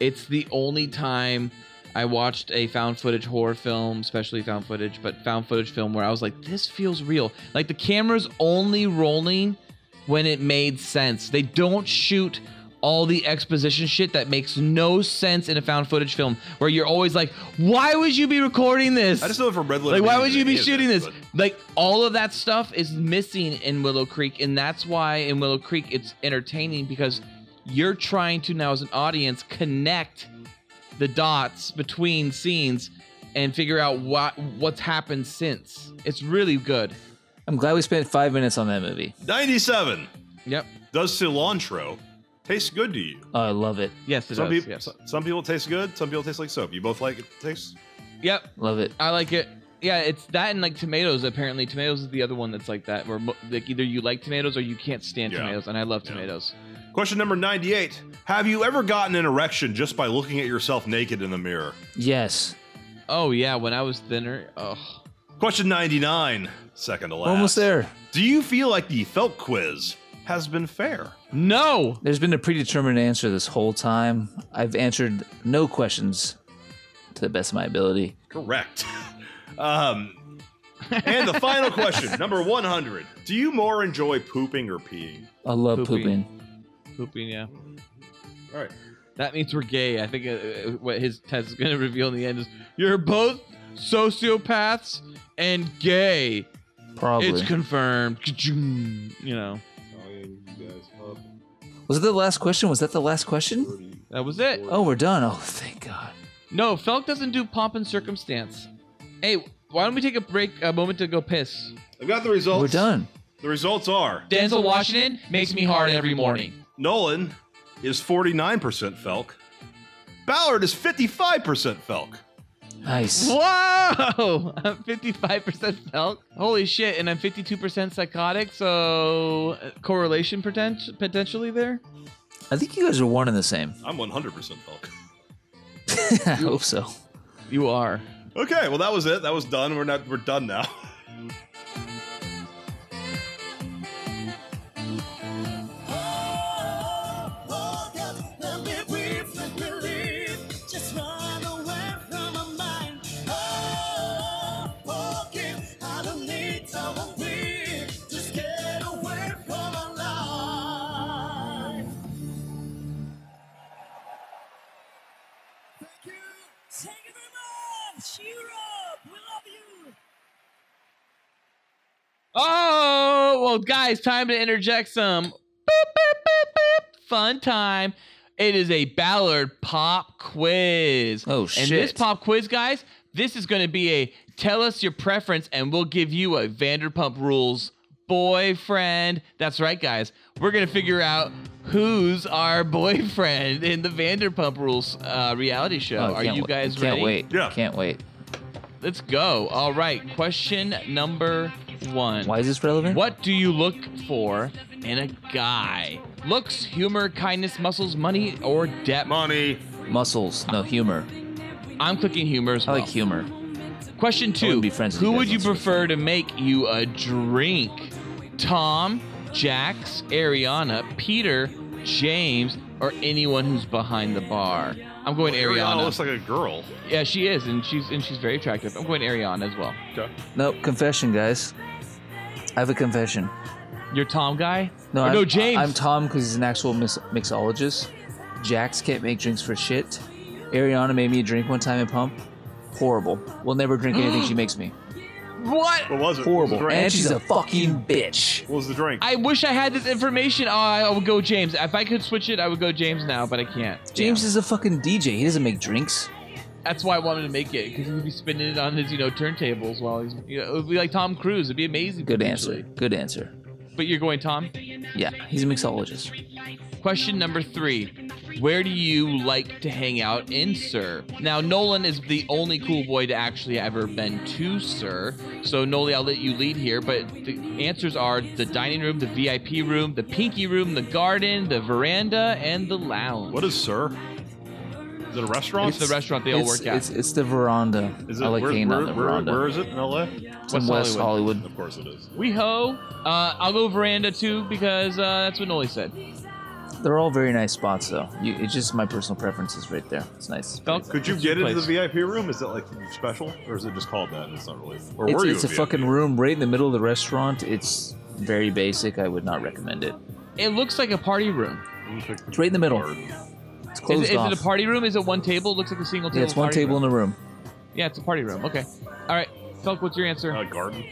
it's the only time. I watched a found footage horror film, especially found footage, but found footage film where I was like, this feels real. Like the camera's only rolling when it made sense. They don't shoot all the exposition shit that makes no sense in a found footage film where you're always like, why would you be recording this?
I just know from Red Letter.
like, why
Media
would you
that he
be
is
shooting
it,
this?
but-
Like, all of that stuff is missing in Willow Creek, and that's why in Willow Creek it's entertaining because you're trying to now, as an audience, connect the dots between scenes and figure out what what's happened since. It's really good.
I'm glad we spent five minutes on that movie.
Ninety-seven.
Yep.
Does cilantro taste good to you?
Oh, I love it.
Yes, it
some
does.
people,
yes.
some people taste good. Some people taste like soap. You both like it taste?
Yep.
Love it.
I like it. Yeah, it's that and like tomatoes. Apparently, tomatoes is the other one that's like that, where mo- like either you like tomatoes or you can't stand
Yeah.
tomatoes. And I love
Yeah.
tomatoes.
Question number 98 Have you ever gotten an erection just by looking at yourself naked in the mirror?
Yes.
Oh yeah, when I was thinner, oh,
Question 99, second to last.
Almost there.
Do you feel like the felt quiz has been fair?
no,
There's been a predetermined answer this whole time. I've answered no questions to the best of my ability.
Correct. um, and the final question, number 100 Do you more enjoy pooping or peeing?
I love
Pooping.
pooping.
pooping. Yeah,
All right.
that means we're gay. I think uh, uh, what his test is going to reveal in the end is you're both sociopaths and gay.
Probably.
It's confirmed. Ka-choom, You know,
was it the last question? Was that the last question?
that was it.
Oh, we're done. Oh, thank God.
No, Felk doesn't do pomp and circumstance. Hey, why don't we take a break, a moment to go piss?
I've got the
Oh.
results.
We're done.
The results are
Denzel Washington makes me hard every morning.
Nolan is 49% Felk, Ballard is 55% Felk.
Nice.
Whoa! I'm 55% felt. Holy shit, and I'm 52% psychotic, so uh, correlation potent- potentially there?
I think you guys are one and the same.
I'm 100% Felk.
I hope so.
You are.
Okay, well that was it. That was done. We're not we're done now.
Thank you very much, Europe. We love you.
Oh, well, guys, time to interject some boop, boop, boop, boop. fun time. It is a Ballard pop quiz.
Oh,
And this
shit.
pop quiz, guys, this is going to be a tell us your preference, and we'll give you a Vanderpump Rules boyfriend. That's right, guys. We're gonna figure out who's our boyfriend in the Vanderpump Rules uh, reality show.
Oh, I
Are
can't
you
wa-
guys
can't
ready?
wait.
Yeah.
Can't wait.
Let's go. All right. Question number one.
Why is this relevant?
What do you look for in a guy? Looks, humor, kindness, muscles, money, or depth?
Money.
Muscles, no humor.
I'm clicking humor as
I
well.
like humor.
Question two.
wouldn't be friends with
Who
you guys
would you
on social
prefer to make you a drink? Tom, Jax, Ariana, Peter, James, or anyone who's behind the bar? I'm going Ariana.
looks like a girl.
yeah, she is, and she's and she's very attractive. I'm going Ariana as well.
Nope, confession, guys. I have a confession.
You're Tom guy?
No,
Or
I'm,
no, James.
I'm Tom because he's an actual mis- mixologist. Jax can't make drinks for shit. Ariana made me a drink one time at Pump. Horrible. Will never drink anything she makes me.
what?
What was it? What
Horrible.
was the
And
drink?
she's a fucking bitch.
What was the drink?
I wish I had this information. Oh, I would go James. If I could switch it, I would go James now, but I can't.
James is a fucking DJ. He doesn't make drinks.
That's why I wanted to make it because he would be spinning it on his, you know, turntables while he's. You know, it would be like Tom Cruise. It'd be amazing.
Good
potentially.
answer. Good answer.
But you're going Tom.
Yeah, he's a mixologist.
Question number three: Where do you like to hang out in Sir? Now Nolan is the only cool boy to actually ever been to Sir, so Noli, I'll let you lead here. But the answers are the dining room, the VIP room, the pinky room, the garden, the veranda, and the lounge.
What is sir? Is it a restaurant?
It's the restaurant they all
It's,
work at.
it's, it's the veranda.
Is it,
I like
where,
hanging
where,
out in the
where-
veranda.
where is it in LA?
It's in
West
West Hollywood.
Of course it is.
We ho. Uh, I'll go veranda too because uh, that's what Noli said.
They're all very nice spots, though. You, it's just my personal preferences right there. It's nice.
Bel-
Could you
it's
get
your
into the
place.
VIP room? Is that like special, or is it just called that? It's not really. Or
It's,
were you
it's a
VIP?
fucking room right in the middle of the restaurant. It's very basic. I would not recommend it.
It looks like a party room.
It's right in the middle.
Is
It's closed
it, is
off.
it a party room? Is it one table? It looks like a single table.
yeah, it's one
party
table
room.
in a room.
Yeah, it's a party room. Okay. All right. Felk, what's your answer?
Uh, garden.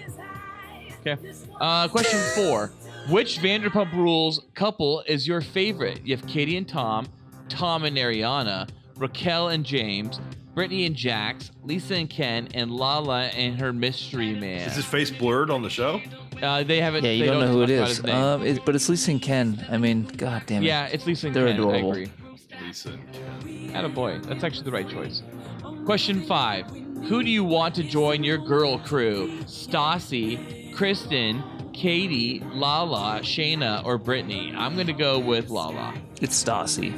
Okay. Uh, question four. Which Vanderpump Rules couple is your favorite? You have Katie and Tom, Tom and Ariana, Raquel and James, Brittany and Jax, Lisa and Ken, and Lala and her mystery man.
Is his face blurred on the show?
uh, they haven't.
Yeah, you
they
don't know who
talk
it
about
is.
his name.
Um, it, but it's Lisa and Ken. I mean, god damn it.
yeah, it's Lisa and
They're
Ken. I
adorable.
agree.
Lisa.
Attaboy. That's actually the right choice. Question five. Who do you want to join your girl crew? Stassi, Kristen, Katie, Lala, Shayna, or Brittany? I'm going to go with Lala.
It's Stassi.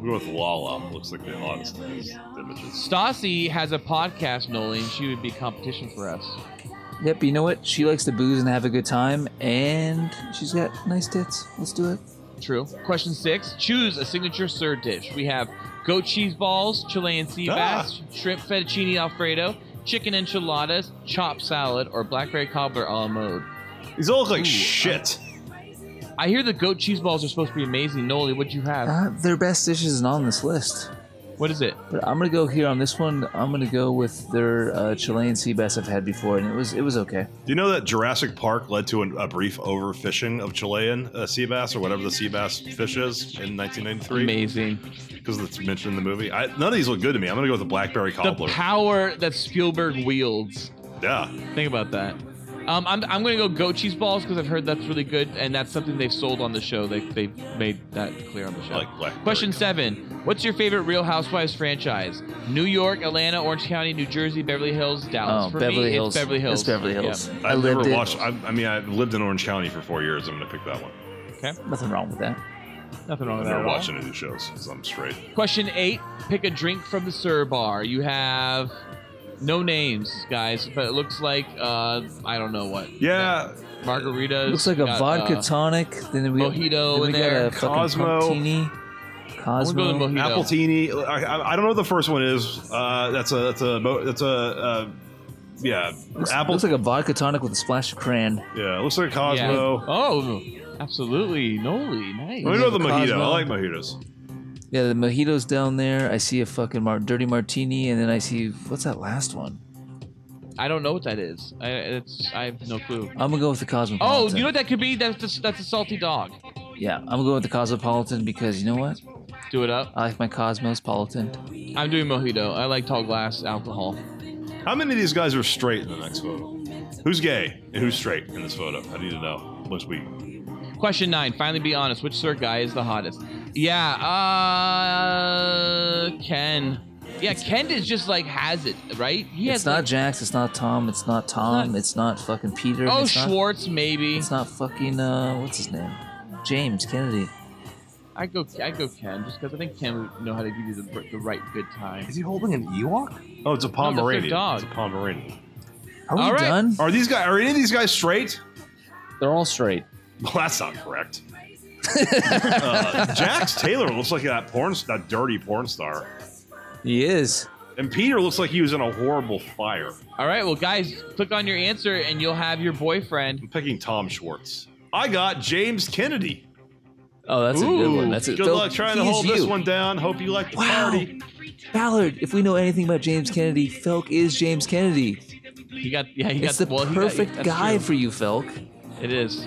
We went with Lala. Looks like the hottest images.
Stassi has a podcast, Nolan. She would be competition for us.
Yep, but you know what? She likes to booze and have a good time, and she's got nice tits. Let's do it.
True. Question six. Choose a signature sir dish. We have goat cheese balls, Chilean sea
Ah.
bass, shrimp fettuccine alfredo, chicken enchiladas, chopped salad, or blackberry cobbler a la mode.
These all look like
Ooh,
shit.
I hear the goat cheese balls are supposed to be amazing. Noli, what'd you have?
Uh, their best dish isn't on this list.
What is it?
But I'm gonna go here on this one. I'm gonna go with their uh, Chilean sea bass I've had before, and it was it was okay.
Do you know that Jurassic Park led to an, a brief overfishing of Chilean uh, sea bass or whatever the sea bass fish is in 1993?
Amazing.
Because it's mentioned in the movie. I, none of these look good to me. I'm gonna go with the blackberry
The
cobbler.
power that Spielberg wields.
yeah.
Think about that. Um, I'm, I'm going to go goat cheese balls because I've heard that's really good, and that's something they've sold on the show. They, they've made that clear on the show.
Like blackberry
Question
cobbler.
seven What's your favorite Real Housewives franchise? New York, Atlanta, Orange County, New Jersey, Beverly Hills, Dallas.
oh,
For
Beverly
me,
Hills.
It's Beverly Hills.
It's Beverly
Yep.
Hills. I
I've
lived
never
it.
watched. I, I mean, I lived in Orange County for four years. I'm gonna pick that one.
Nothing wrong with Oh, that.
Nothing wrong
I've
with that. at
never
all.
watched any of these shows because I'm straight.
Question eight: Pick a drink from the Sir Bar. You have no names, guys, but it looks like uh, I don't know what
Yeah,
margaritas.
Looks like a
we got,
vodka
uh,
tonic. Then we
mojito
then we
in
got
there.
a fucking
Cosmo.
pumptini.
I'm
Cosmo.
gonna go with mojito.
apple teeny. I, I, I don't know what the first one is. Uh, that's a that's a mo- that's a uh, yeah
Looks,
apple.
looks like a vodka tonic with a splash of cran.
yeah, looks like a
Yeah.
Cosmo.
Oh, absolutely, Noli, nice.
Let me go with the
Cosmo.
mojito. I like mojitos.
Yeah, the mojito's down there. I see a fucking mar- dirty martini, and then I see what's that last one?
I don't know what that is. I, it's, I have no clue.
I'm gonna go with the cosmopolitan.
Oh, you know what that could be? That's a, that's a salty dog.
Yeah, I'm gonna go with the cosmopolitan because you know what?
Do it up.
I like my cosmospolitan.
I'm doing mojito. I like tall glass alcohol.
How many of these guys are straight in the next photo? Who's gay and who's straight in this photo? I need to know. Looks weak.
Question nine. Finally, be honest. Which sir guy is the hottest? Yeah, uh, Ken. Yeah, Ken is just like has it, right? He has
It's not
like-
Jax. It's not Tom. It's not Tom. It's not fucking Peter.
oh,
it's not-
Schwartz maybe.
It's not fucking uh, what's his name? James Kennedy.
I go, I go Ken just because I think Ken would know how to give you the, the right good time.
Is he holding an Ewok?
Oh, it's a Pomeranian.
dog.
It's a Pomeranian.
Are we
All right.
done?
Are these guys? Are any of these guys straight?
They're all straight.
Well, that's not correct. uh, Jax Taylor looks like that porn, that dirty porn star,
He is.
and Peter looks like he was in a horrible fire.
All right, well, guys, click on your answer and you'll have your boyfriend.
I'm picking Tom Schwartz. I got James Kennedy.
Oh, that's a good one. That's a
good
don't-
luck trying to
he's
hold this
you.
one down. Hope you like the
Wow.
party.
Ballard, if we know anything about James Kennedy, Felk is James Kennedy.
He got, yeah, he
It's the
got well, he got-
perfect
that's
guy
true.
for you, Felk.
It is.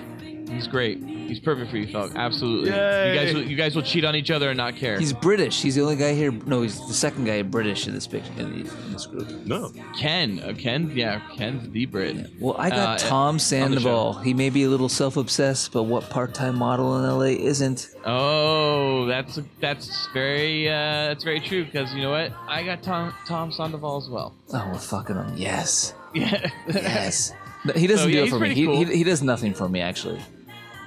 He's great. He's perfect for you, Felk. Absolutely.
Yay.
You guys, will, you guys will cheat on each other and not care.
He's British. He's the only guy here. No, he's the second guy British in this picture in, the, in this group.
No,
Ken. Uh, Ken. Yeah, Ken's the Brit.
Well, I
Uh,
got
uh,
Tom
the
Sandoval. He may be a little self-obsessed, but what part-time model in LA isn't?
Oh, that's that's very uh, that's very true because you know what? I got Tom Tom Sandoval as well.
Oh, we're fucking him. Yes,
Yeah.
yes. No, he doesn't
So, yeah,
do it
he's
for me.
pretty
He-
cool.
He, he does nothing for me actually.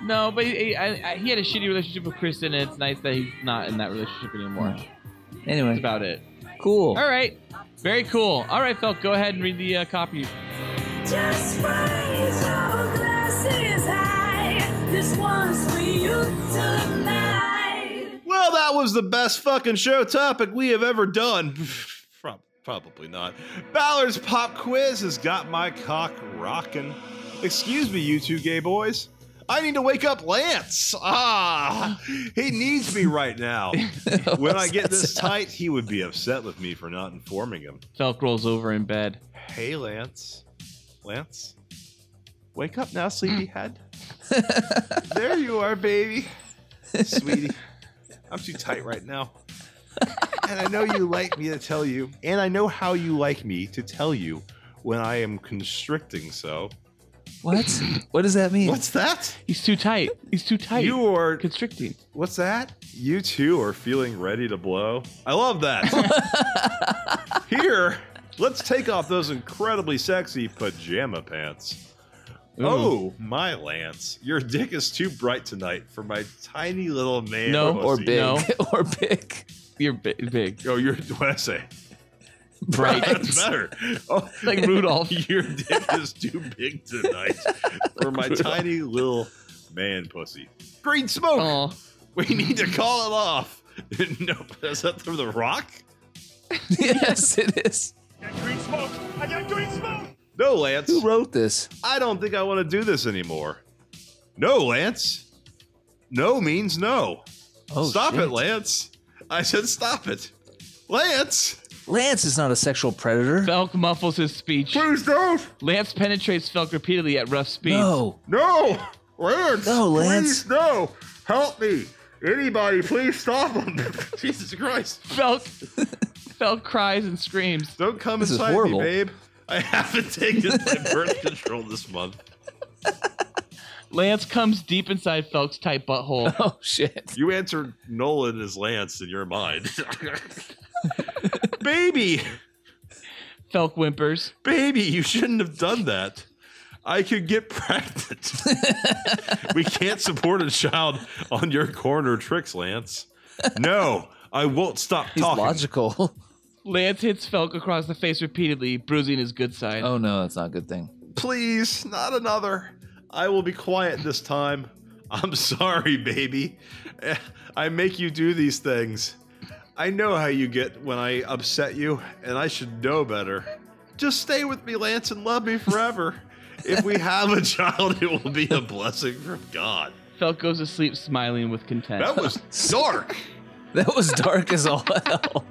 no, but he, he- I, I, he had a shitty relationship with Kristen, and it's nice that he's not in that relationship anymore.
No.
That's
Anyway,
about it.
cool.
All right. Very cool. All right, Felk, go ahead and read the uh, copy.
Just raise your glasses oh, high. This one's for you tonight.
Well, that was the best fucking show topic we have ever done. Prob- Probably not. Ballard's pop quiz has got my cock rocking. Excuse me, you two gay boys. I need to wake up Lance. Ah, he needs me right now. When I get this tight, he would be upset with me for not informing him.
Felk rolls over in bed.
Hey, Lance. Lance, wake up now, sleepyhead. there you are, baby. Sweetie, I'm too tight right now. And I know you like me to tell you, and I know how you like me to tell you when I am constricting so.
What? What does that mean?
What's that?
He's too tight. He's too tight.
You are.
constricting.
What's that? You too are feeling ready to blow. I love that. Here, let's take off those incredibly sexy pajama pants. Oh, my Lance, your dick is too bright tonight for my tiny little man.
No,
pussy.
or big?
No.
or big?
You're bi- big.
Oh, you're what I say?
Bright.
That's better. Oh,
Like Rudolph.
your dick is too big tonight for my tiny little man pussy. Green smoke.
Oh,
We need to call it off. nope, is that from The Rock?
yes, it is.
Green smoke! I got green smoke!
No, Lance.
Who wrote this?
I don't think I want to do this anymore. No, Lance. No means no.
Oh,
stop
shit.
it, Lance. I said stop it. Lance.
Lance is not a sexual predator.
Felk muffles his speech.
Please don't.
Lance penetrates Felk repeatedly at rough speeds.
No.
No. Lance.
No, Lance.
Please, no. Help me. Anybody, please stop him. Jesus Christ.
Felk, Felk cries and screams.
Don't come
This is
inside me,
horrible.
babe. I haven't taken my birth control this month.
Lance comes deep inside Felk's tight butthole.
Oh shit.
You answered Nolan as Lance in your mind. baby,
Felk whimpers.
baby, you shouldn't have done that. I could get pregnant. we can't support a child on your corner tricks, Lance. No, I won't stop
He's
talking.
logical.
Lance hits Felk across the face repeatedly, bruising his good side.
Oh no, that's not a good thing.
Please, not another. I will be quiet this time. I'm sorry, baby. Eh, I make you do these things. I know how you get when I upset you, and I should know better. Just stay with me, Lance, and love me forever. if we have a child, it will be a blessing from God.
Felk goes to sleep smiling with content.
That was dark.
That was dark as all hell.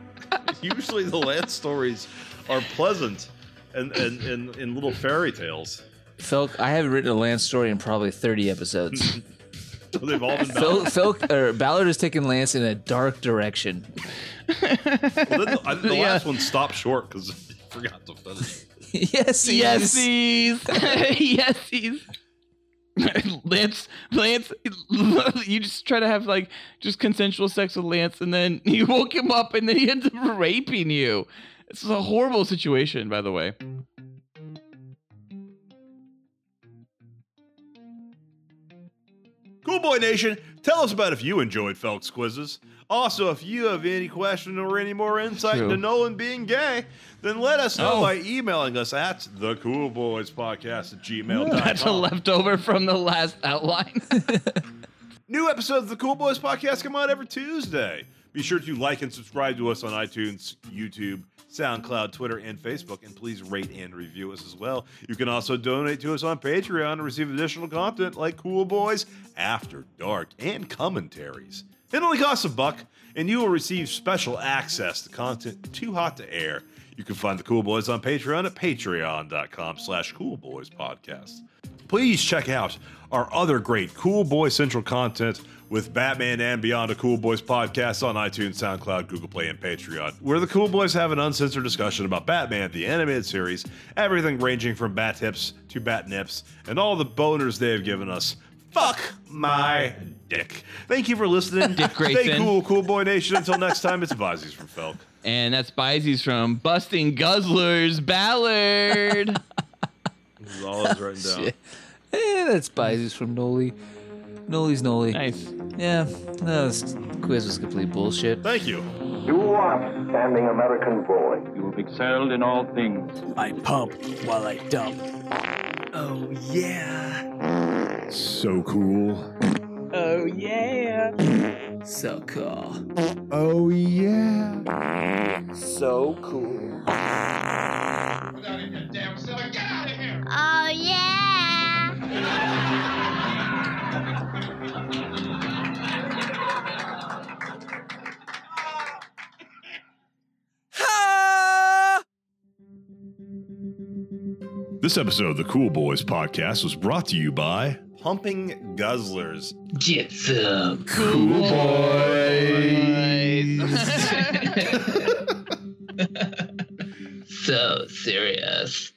Usually, the Lance stories are pleasant and, and, and, and little fairy tales.
Felk, I haven't written a Lance story in probably 30 episodes.
They've all been done.
Fel, Felk, or Ballard has taken Lance in a dark direction.
Well, then the, I think the
Yeah.
last one stopped short because I forgot to finish.
yes, he is.
Yesies. Yesies. Lance, Lance, you just try to have like just consensual sex with Lance, and then you woke him up, and then he ends up raping you. This is a horrible situation, by the way.
Cool Boy Nation, tell us about if you enjoyed Felk's quizzes. Also, if you have any question or any more insight
True.
into Nolan being gay, then let us know
Oh.
by emailing us at thecoolboyspodcast at gmail.com.
That's a leftover from the last outline.
New episodes of the Cool Boys Podcast come out every Tuesday. Be sure to like and subscribe to us on iTunes, YouTube, SoundCloud, Twitter, and Facebook. And please rate and review us as well. You can also donate to us on Patreon and receive additional content like Cool Boys After Dark and commentaries. It only costs a buck, and you will receive special access to content too hot to air. You can find the Cool Boys on Patreon at patreon.com slash Cool Boys Podcast please check out our other great Cool Boy Central content with Batman and Beyond a Cool Boys podcast on iTunes, SoundCloud, Google Play, and Patreon, where the Cool Boys have an uncensored discussion about Batman, the animated series, everything ranging from bat tips to bat nips, and all the boners they have given us. Fuck my dick. Thank you for listening.
Dick
Stay
Grayson.
cool, Cool Boy Nation. Until next time, it's Vizies from Felk.
and that's Bizees from Busting Guzzlers Ballard.
This is all I was writing down.
Eh, that's Bizees from Noli. Noli's Noli.
nice.
Yeah, no, this quiz was complete bullshit.
Thank you.
You are an outstanding American boy. You have excelled in all things.
I pump while I dump. Oh yeah.
So cool.
Oh yeah. So cool.
Oh, yeah.
So cool.
Without in your damn cell, get out of here!
Oh, yeah.
This episode of the Cool Boys podcast was brought to you by
Pumping Guzzlers.
Get some.
Cool boys.
So serious.